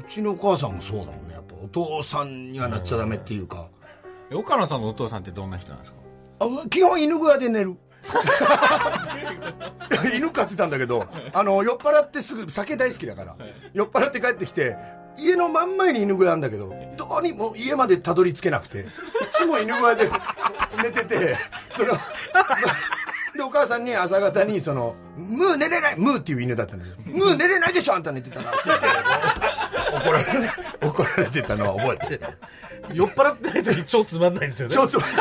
Speaker 3: うちのお母さんもそうだもんねやっぱお父さんにはなっちゃダメっていうか
Speaker 1: え岡野さんのお父さんってどんな人なんですか
Speaker 3: あ基本犬小屋で寝る [laughs] 犬飼ってたんだけどあの酔っ払ってすぐ酒大好きだから酔っ払って帰ってきて家の真ん前に犬小屋あんだけどどうにも家までたどり着けなくていつも犬小屋で [laughs] 寝ててそのでお母さんに朝方にその「ムー寝れないムー」っていう犬だったんですよ「ムー寝れないでしょあんた寝てたら」って言って怒られ怒られてたのは覚えてる
Speaker 2: [laughs] 酔っ払ってない時超つまんないんですよね
Speaker 3: 超つまんない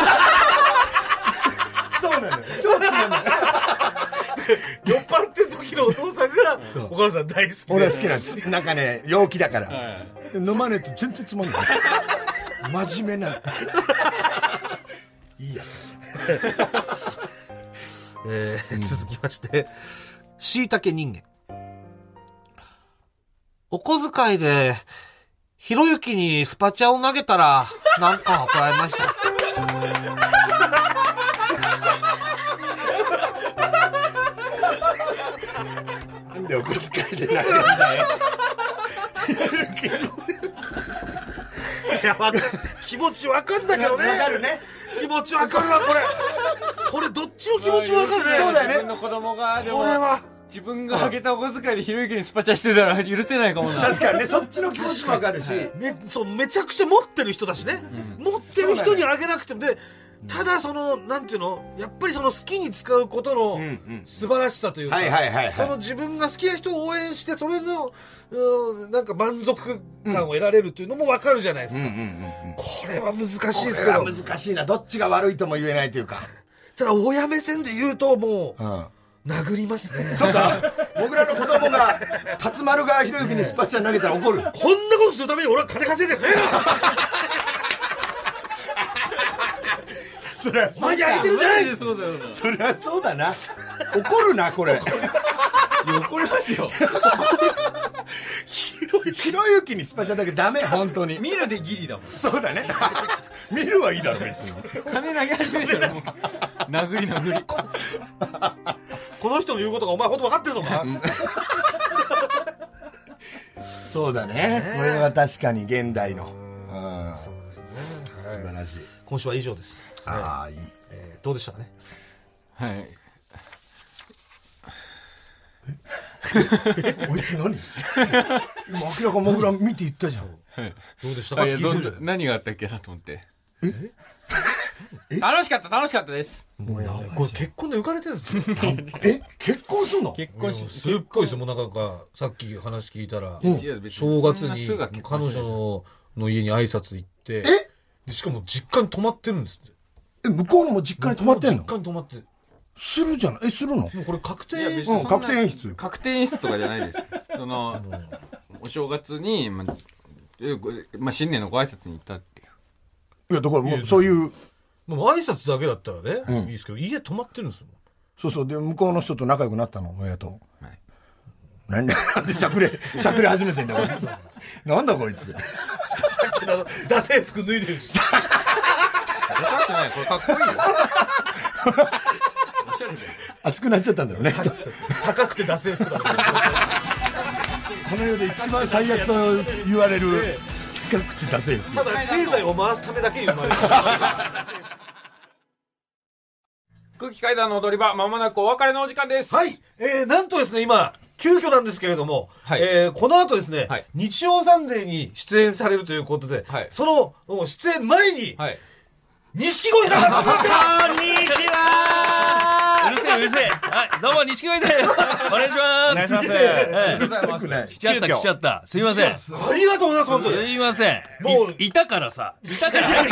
Speaker 3: [laughs] そうなのよ超つまんない
Speaker 2: 酔っ払ってる時のお父さんがお母さん大好き
Speaker 3: 俺
Speaker 2: で
Speaker 3: は好きなんですなんかね陽気だから、
Speaker 1: はい。
Speaker 3: 飲まねえと全然つまんない真面目なのいいやつ
Speaker 2: えー続きましてしいたけ人間
Speaker 4: お小遣いで、ひろゆきにスパチャを投げたら、なんか怒られました。
Speaker 3: なんでお小遣いで投げるんだよ
Speaker 2: [laughs] いや、わかる。気持ちわかんだけどね。
Speaker 3: わかるね
Speaker 2: 気持ちわかるわ、これ。これ、どっちの気持ちもわかるね。
Speaker 3: そうだよね
Speaker 1: 自分の子供が、でも
Speaker 2: これは、
Speaker 1: 自分があげたお小遣いでひろゆきにスパチャしてたら許せないかもな。
Speaker 3: 確かにねそっちの気持ちもわかるし
Speaker 2: め、そう、めちゃくちゃ持ってる人だしね。持ってる人にあげなくても、で、ただその、なんていうのやっぱりその好きに使うことの
Speaker 3: ん
Speaker 2: 素晴らしさというか、
Speaker 3: はいはいはいはい
Speaker 2: その自分が好きな人を応援して、それの、うん、なんか満足感を得られるというのもわかるじゃないですか。これは難しいで
Speaker 3: こ
Speaker 2: すけ
Speaker 3: れは
Speaker 2: ど、
Speaker 3: 難しいなどっちが悪いとも言えないというか、
Speaker 2: ただ親目線で言うともう、
Speaker 3: ん、
Speaker 2: 殴りますね。
Speaker 3: そうか僕らの子供が辰丸がひろゆきにスパチャ投げたら怒
Speaker 2: こ
Speaker 3: る
Speaker 2: んなことするために俺は金稼いでくれよ
Speaker 3: そりゃそう
Speaker 2: お前にあげてるんじゃな
Speaker 1: マ
Speaker 2: い
Speaker 1: ジでそうだよな。
Speaker 3: そりゃそうだな怒るなこれ
Speaker 1: いや怒ります [laughs] よ。
Speaker 3: ひろゆきにスパチャだけダメ本当に
Speaker 1: 見るでギリだもん。
Speaker 3: そうだね見るはいいだろ別に
Speaker 1: 金投げ始めたらもう、殴り殴り。
Speaker 2: この人の言うことがお前ほんと分かってるのかな
Speaker 3: そうだねこれは確かに現代のうん素晴らしい
Speaker 2: 今週は以上です。
Speaker 3: ああいい
Speaker 2: えーどうでしたかね
Speaker 1: はい。
Speaker 3: こいつ何 [laughs] 今明らかもぐら見て言ったじゃん
Speaker 2: どうでしたか
Speaker 1: あ
Speaker 2: っ
Speaker 1: い
Speaker 2: て
Speaker 1: やど
Speaker 2: 聞いて
Speaker 1: ん
Speaker 2: るじ
Speaker 1: ど
Speaker 2: ゃ
Speaker 1: ん
Speaker 2: ん
Speaker 1: 何があったっけなと思って。楽しかった、楽しかったです。
Speaker 2: もうやばいこれ [laughs] 結婚で浮かれてるんですよ。
Speaker 3: え結婚すんの
Speaker 1: 結婚し、
Speaker 2: すっごいですよ。もうなんか、さっき話聞いたら、
Speaker 1: いや別に
Speaker 2: 正月
Speaker 1: そんな
Speaker 2: に
Speaker 1: すぐは結
Speaker 2: 彼
Speaker 1: 婚しないじゃ
Speaker 2: 女
Speaker 1: ん
Speaker 2: のの家に挨拶行って、でしかも実家に泊まってるんですって。
Speaker 3: え向こうのも実家に泊まってんの
Speaker 2: 実家に泊まって。も
Speaker 3: するじゃんえするの
Speaker 2: うこれ確
Speaker 1: いや
Speaker 2: 定
Speaker 1: 別
Speaker 3: う
Speaker 1: に
Speaker 3: ん
Speaker 1: そな
Speaker 3: 確定演出
Speaker 1: 確定演出とかじゃないです。その、お正月に、まあ、えごまあ、新年のご挨拶に行ったっていう。
Speaker 3: いやだからもうそういう
Speaker 2: もう挨拶だけだったらね、いいですけど、家泊まってるんですよ。
Speaker 3: そうそうで向こうの人と仲良くなったの親と
Speaker 1: はい
Speaker 3: 何なんでしゃくれしゃくれ始めてんだこいつなんだこいつ
Speaker 2: さっきのあの、ダセー服脱いでるし。
Speaker 1: ダサくない、これかっこいいよ。おしゃれだよ。
Speaker 3: 熱くなっちゃったんだろうね
Speaker 2: [laughs] 高くてダセー服だから。
Speaker 3: この世で一番最悪と言われる高くて出せよ
Speaker 2: ただ、経済を回すためだけに生まれた。
Speaker 1: 空気階段の踊り場、まもなくお別れのお時間です。
Speaker 2: はい、えー、なんとですね、今、急遽なんですけれども、
Speaker 1: はい
Speaker 2: えーこの後ですね、
Speaker 1: はい
Speaker 2: 日曜サンデーに出演されるということで、
Speaker 1: はい
Speaker 2: そのもう出演前に、
Speaker 1: はい。
Speaker 2: 錦鯉さんが来てくれま
Speaker 5: こんにちはうるせえうるせえはい、どうも、錦鯉ですお願いしますお願いします
Speaker 1: ありがとうござい
Speaker 2: [laughs]
Speaker 1: ます。
Speaker 5: 来ちゃった来ちゃったすいませんす
Speaker 2: したありがとうございます、本当に。
Speaker 5: いません
Speaker 2: も
Speaker 5: も
Speaker 2: う
Speaker 5: ういいたからさいたから
Speaker 2: いた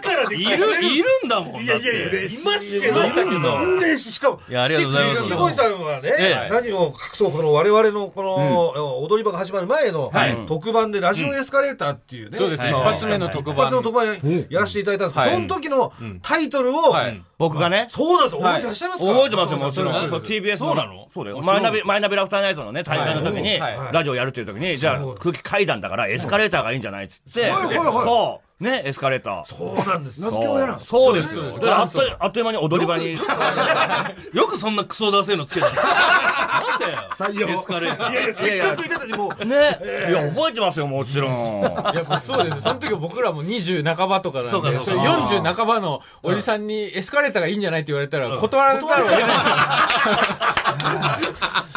Speaker 2: からで
Speaker 5: い
Speaker 2: 来
Speaker 5: る
Speaker 2: てくれ
Speaker 5: いるんだもん
Speaker 2: いやいやいや、い
Speaker 5: だって
Speaker 2: ますけ
Speaker 5: い
Speaker 2: ど、
Speaker 5: ま
Speaker 2: い
Speaker 5: したけど
Speaker 2: 嬉しい。しかも、
Speaker 5: いやありがとうございます
Speaker 2: 錦鯉さんはね、
Speaker 5: ええ
Speaker 2: 何を隠そう、この我々のこの、踊り場が始まる前の
Speaker 5: はい
Speaker 2: 特番でラジオエスカレーターっていうね、
Speaker 1: そうです、
Speaker 5: はい
Speaker 1: 一発目の特
Speaker 2: 一
Speaker 1: 番
Speaker 2: 発の。特番やらせていただいたんですけど、
Speaker 1: はい
Speaker 2: その時のタイトルを、
Speaker 1: はい。
Speaker 6: 僕がね、
Speaker 2: そうなんですよ。覚えてらっしゃいますか
Speaker 6: 覚えてますよ、もちろん。
Speaker 5: そうそう
Speaker 6: そう TBS の
Speaker 5: そうなの
Speaker 6: そうだよ。
Speaker 5: あ
Speaker 6: マイナ
Speaker 5: そ
Speaker 6: ビ、マイナビラフターナイトのね、大会の時に、
Speaker 1: はいは
Speaker 6: ラジオやるっていう時に、じゃあ空気階段だからエスカレーターがいいんじゃないっつって、
Speaker 2: はいはいはい
Speaker 6: そう、ね、エスカレーター。
Speaker 2: そうなんですよ。
Speaker 6: そうそうですよ。だからあっとあっという間に踊り場に。
Speaker 5: よくそんなクソダセえのつけたななんだよ
Speaker 3: 採用
Speaker 5: エスカレーター
Speaker 2: いやいや、せっかくいたのにもう、
Speaker 6: ね、いや、覚えてますよ、もちろん。
Speaker 1: やっぱそうです。その時僕らも20半ばとかなんで、
Speaker 5: そうかそうか
Speaker 1: れ40半ばのおじさんにエスカレーターがいいんじゃないって言われたら、断られたら嫌なんですよ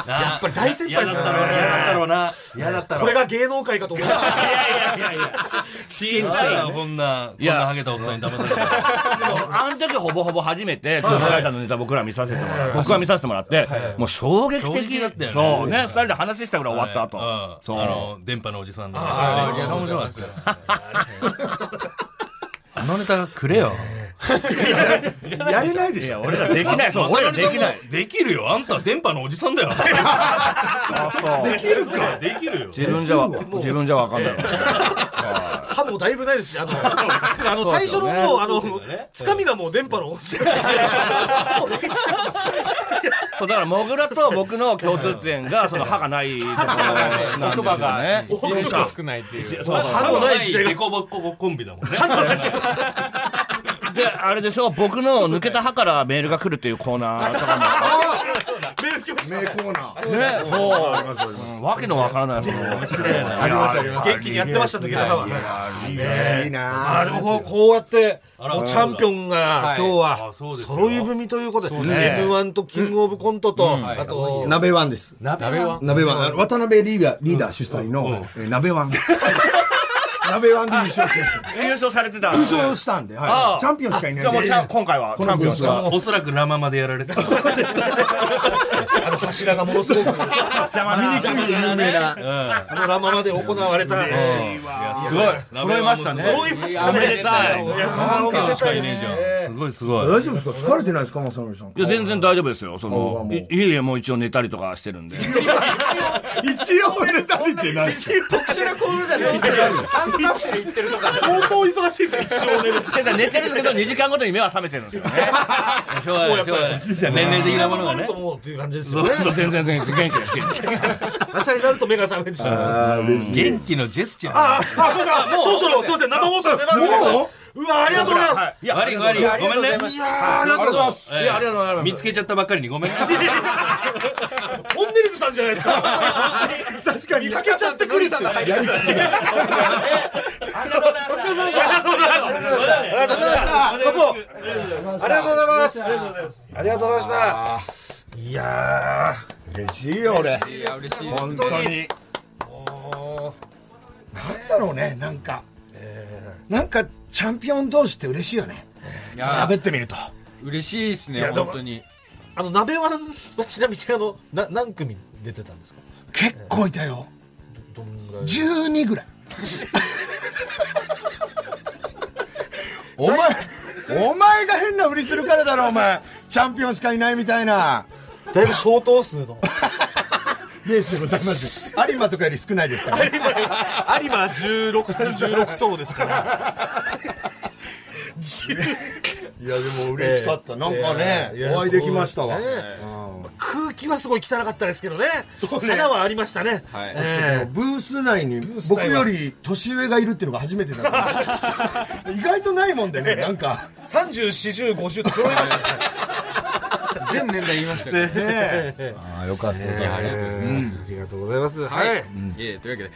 Speaker 5: やっぱり
Speaker 2: 大先輩ですか
Speaker 5: 嫌だったろうな嫌だったろうな嫌だったろ
Speaker 2: こ
Speaker 5: う
Speaker 2: れが芸能界かと思いました。
Speaker 5: 小さいなこんなこんなハゲたおっさんに騙され
Speaker 6: で
Speaker 5: て
Speaker 6: もあの時ほぼほぼ初めて空気階段のネタ僕ら見させてもらって僕は見させてもらってもう衝撃
Speaker 5: 衝撃
Speaker 6: 的
Speaker 5: だったよね
Speaker 6: そうね二人で話したぐらい終わった
Speaker 5: はいうん
Speaker 6: 後そう
Speaker 5: あの電波のおじさんのね
Speaker 1: あー
Speaker 5: めっちゃ面白かったよあのネタくれよ
Speaker 3: やれないで
Speaker 6: い
Speaker 3: し
Speaker 6: や
Speaker 3: ょ
Speaker 6: 俺らできないそう俺らできない
Speaker 5: できるよあんた電波のおじさんだよ
Speaker 3: できるか
Speaker 5: できるよ
Speaker 6: 自分じゃわ自分じゃわかんない
Speaker 2: 歯もだいぶないですし、あの、あの最初のもう、あの、つかみがもう電波の音声。
Speaker 6: そうだからモグラと僕の共通点がその歯がないところ
Speaker 1: 奥
Speaker 6: なんですよ
Speaker 1: 歯が
Speaker 6: ね
Speaker 1: 一年しか少ないっていう。
Speaker 6: そう
Speaker 5: 歯のないデコボココンビだもんね
Speaker 6: であれでしょ僕の抜けた歯からメールが来るっていうコーナーとか
Speaker 3: 名コーナー
Speaker 6: もねそううんわけのわからないものありますありま
Speaker 2: 元気にやってました、抜けた歯は。
Speaker 3: いいな
Speaker 2: あーでもこうこうやって、
Speaker 5: あら
Speaker 2: もうチャンピオンが
Speaker 1: はい
Speaker 2: 今日は
Speaker 5: あそうですよ
Speaker 2: 揃い踏みということで、
Speaker 6: ね
Speaker 2: M1 とキングオブコントと、あと、
Speaker 3: 鍋ワンです
Speaker 1: 鍋は
Speaker 3: 鍋ワンあの渡辺リーダーリーダー主催のえー鍋ワン鍋ワンで優勝してるんですよ
Speaker 6: 優勝されてた
Speaker 3: 優勝したんで
Speaker 6: あ
Speaker 3: は
Speaker 6: あ
Speaker 3: いチャンピオンしかいない
Speaker 6: じゃあも
Speaker 3: ん
Speaker 6: う
Speaker 3: で
Speaker 6: チャン今回は
Speaker 3: こ
Speaker 6: チャ
Speaker 3: の
Speaker 6: ンピ
Speaker 3: ブ
Speaker 6: オ
Speaker 3: ー
Speaker 6: ン
Speaker 3: ス
Speaker 6: が
Speaker 3: は
Speaker 5: おそらくラマまでやられて
Speaker 6: [laughs]
Speaker 5: た
Speaker 2: あの柱がものすごく、
Speaker 6: 邪魔な
Speaker 3: 醜いで有名な
Speaker 2: あのラマまで行われた。
Speaker 6: すごい揃いましたね
Speaker 2: 揃いましたね
Speaker 6: おめでたい
Speaker 2: いや
Speaker 5: チャンピオンしかいねえじゃん
Speaker 2: えー
Speaker 6: すごいすごい。
Speaker 3: 大丈夫ですか疲れてないですか、まさのりさん。
Speaker 6: いや、全然大丈夫ですよ。そ
Speaker 3: ああ
Speaker 6: の
Speaker 3: も、う
Speaker 6: いいえいえ、もう一応寝たりとかしてるんで。
Speaker 3: 一応入れたりってないし。
Speaker 1: 特殊なコールじゃないですけど、酸素カプセル行ってるとか、
Speaker 2: 相当忙しいです一応ね。
Speaker 6: ただ寝てるんですけど、2時間ごとに目は覚めてるんですよね。
Speaker 5: しょうがない、しょうがない。年齢的なものがね。
Speaker 2: もうっていう感じです
Speaker 6: そ
Speaker 2: よ
Speaker 6: う
Speaker 2: ね。
Speaker 6: そう全然全然元気です、元気です。
Speaker 2: 朝になると目が覚めてしまう。
Speaker 3: あー嬉しい。
Speaker 5: 元気のジェスチャー。
Speaker 2: あ、そうだ、そうそう、そうですね、生放送出番もううわ、ありがとうございます。
Speaker 6: いや、
Speaker 5: 悪い悪い。ごめんね。
Speaker 2: いやー、ありがとうございます。
Speaker 5: いや、ありがとうございます。見つけちゃったばっかりにごめんね。
Speaker 2: トンネルズさんじゃないですか。 [laughs] 確かに。見つけちゃってくれて。ありがとうございます。ありがとうございました。どうもありがとうございます。ありがとうございました。いや
Speaker 3: 嬉しいよ、俺。
Speaker 1: いや、嬉しいです
Speaker 3: 本当に。なんだろうね、なんか。なんか、チャンピオン同士って嬉しいよね。
Speaker 1: いや
Speaker 3: 喋ってみると。
Speaker 1: 嬉しいです
Speaker 2: いや
Speaker 1: ね、
Speaker 2: でも
Speaker 1: 本当に。
Speaker 2: あの、鍋ワンはちなみにあの、な何組出てたんですか
Speaker 3: 結構いたよ。
Speaker 2: どんぐらい
Speaker 3: 12ぐらい。お前、 [laughs] お前が変な売りするからだろ、お前。チャンピオンしかいないみたいな。
Speaker 2: だいぶ相当数の。
Speaker 3: レースでございます。有馬とかより少ないですからね。
Speaker 2: 有馬16、16頭ですから。
Speaker 3: [laughs] いや、でも嬉しかった。なんかね
Speaker 2: えーいや、
Speaker 3: お会いできましたわ。
Speaker 2: そうですね
Speaker 3: うん
Speaker 2: 空気はすごい汚かったですけどね。
Speaker 3: そうね
Speaker 2: 花はありましたね。
Speaker 1: はい
Speaker 2: え
Speaker 3: ブース内に
Speaker 2: ス内
Speaker 3: 僕
Speaker 2: は
Speaker 3: より年上がいるっていうのが初めてだ
Speaker 2: [laughs]
Speaker 3: った意外とないもんでねなんか
Speaker 2: え30、40、50と揃いましたね。
Speaker 1: 全年代言いましたよね。
Speaker 3: ああよかった
Speaker 1: いや、ありがとうございます。
Speaker 2: ありがとうございます。
Speaker 1: は、
Speaker 2: はいい。
Speaker 1: えーというわけで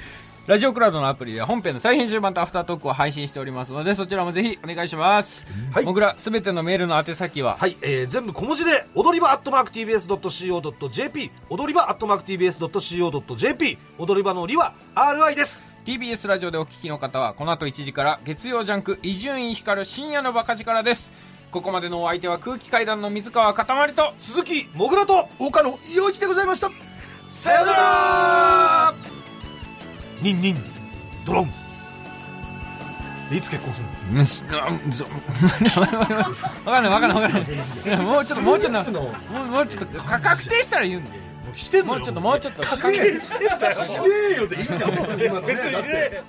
Speaker 1: ラジオクラウドのアプリでは本編の再編集版とアフタートークを配信しておりますのでそちらもぜひお願いします、
Speaker 2: はい
Speaker 1: 僕らすべてのメールの宛先は、
Speaker 2: はい、えー全部小文字で、踊り場アットマーク TBS.CO.JP、踊り場アットマーク TBS.CO.JP、踊り場のりは RI です。
Speaker 1: TBS ラジオでお聞きの方はこの後1時から月曜ジャンク伊集院光る深夜のバカ力ですここまでのお相手は空気階段の水川かたまりと
Speaker 2: 鈴木もぐらと、
Speaker 3: 岡野陽一でございました
Speaker 2: さよならニンニン、ドロン。でいつ結婚するの
Speaker 1: うんすうんずわかんないわかんないわかんないもうちょっともうちょっともうもうちょっとか確定したら言うんだよ
Speaker 2: もうしてん
Speaker 1: も
Speaker 2: の
Speaker 1: う
Speaker 2: よ
Speaker 1: ちょっともうちょっと
Speaker 2: 確定してんだよ。
Speaker 3: ええよっていいじゃん別にね
Speaker 2: 別にね。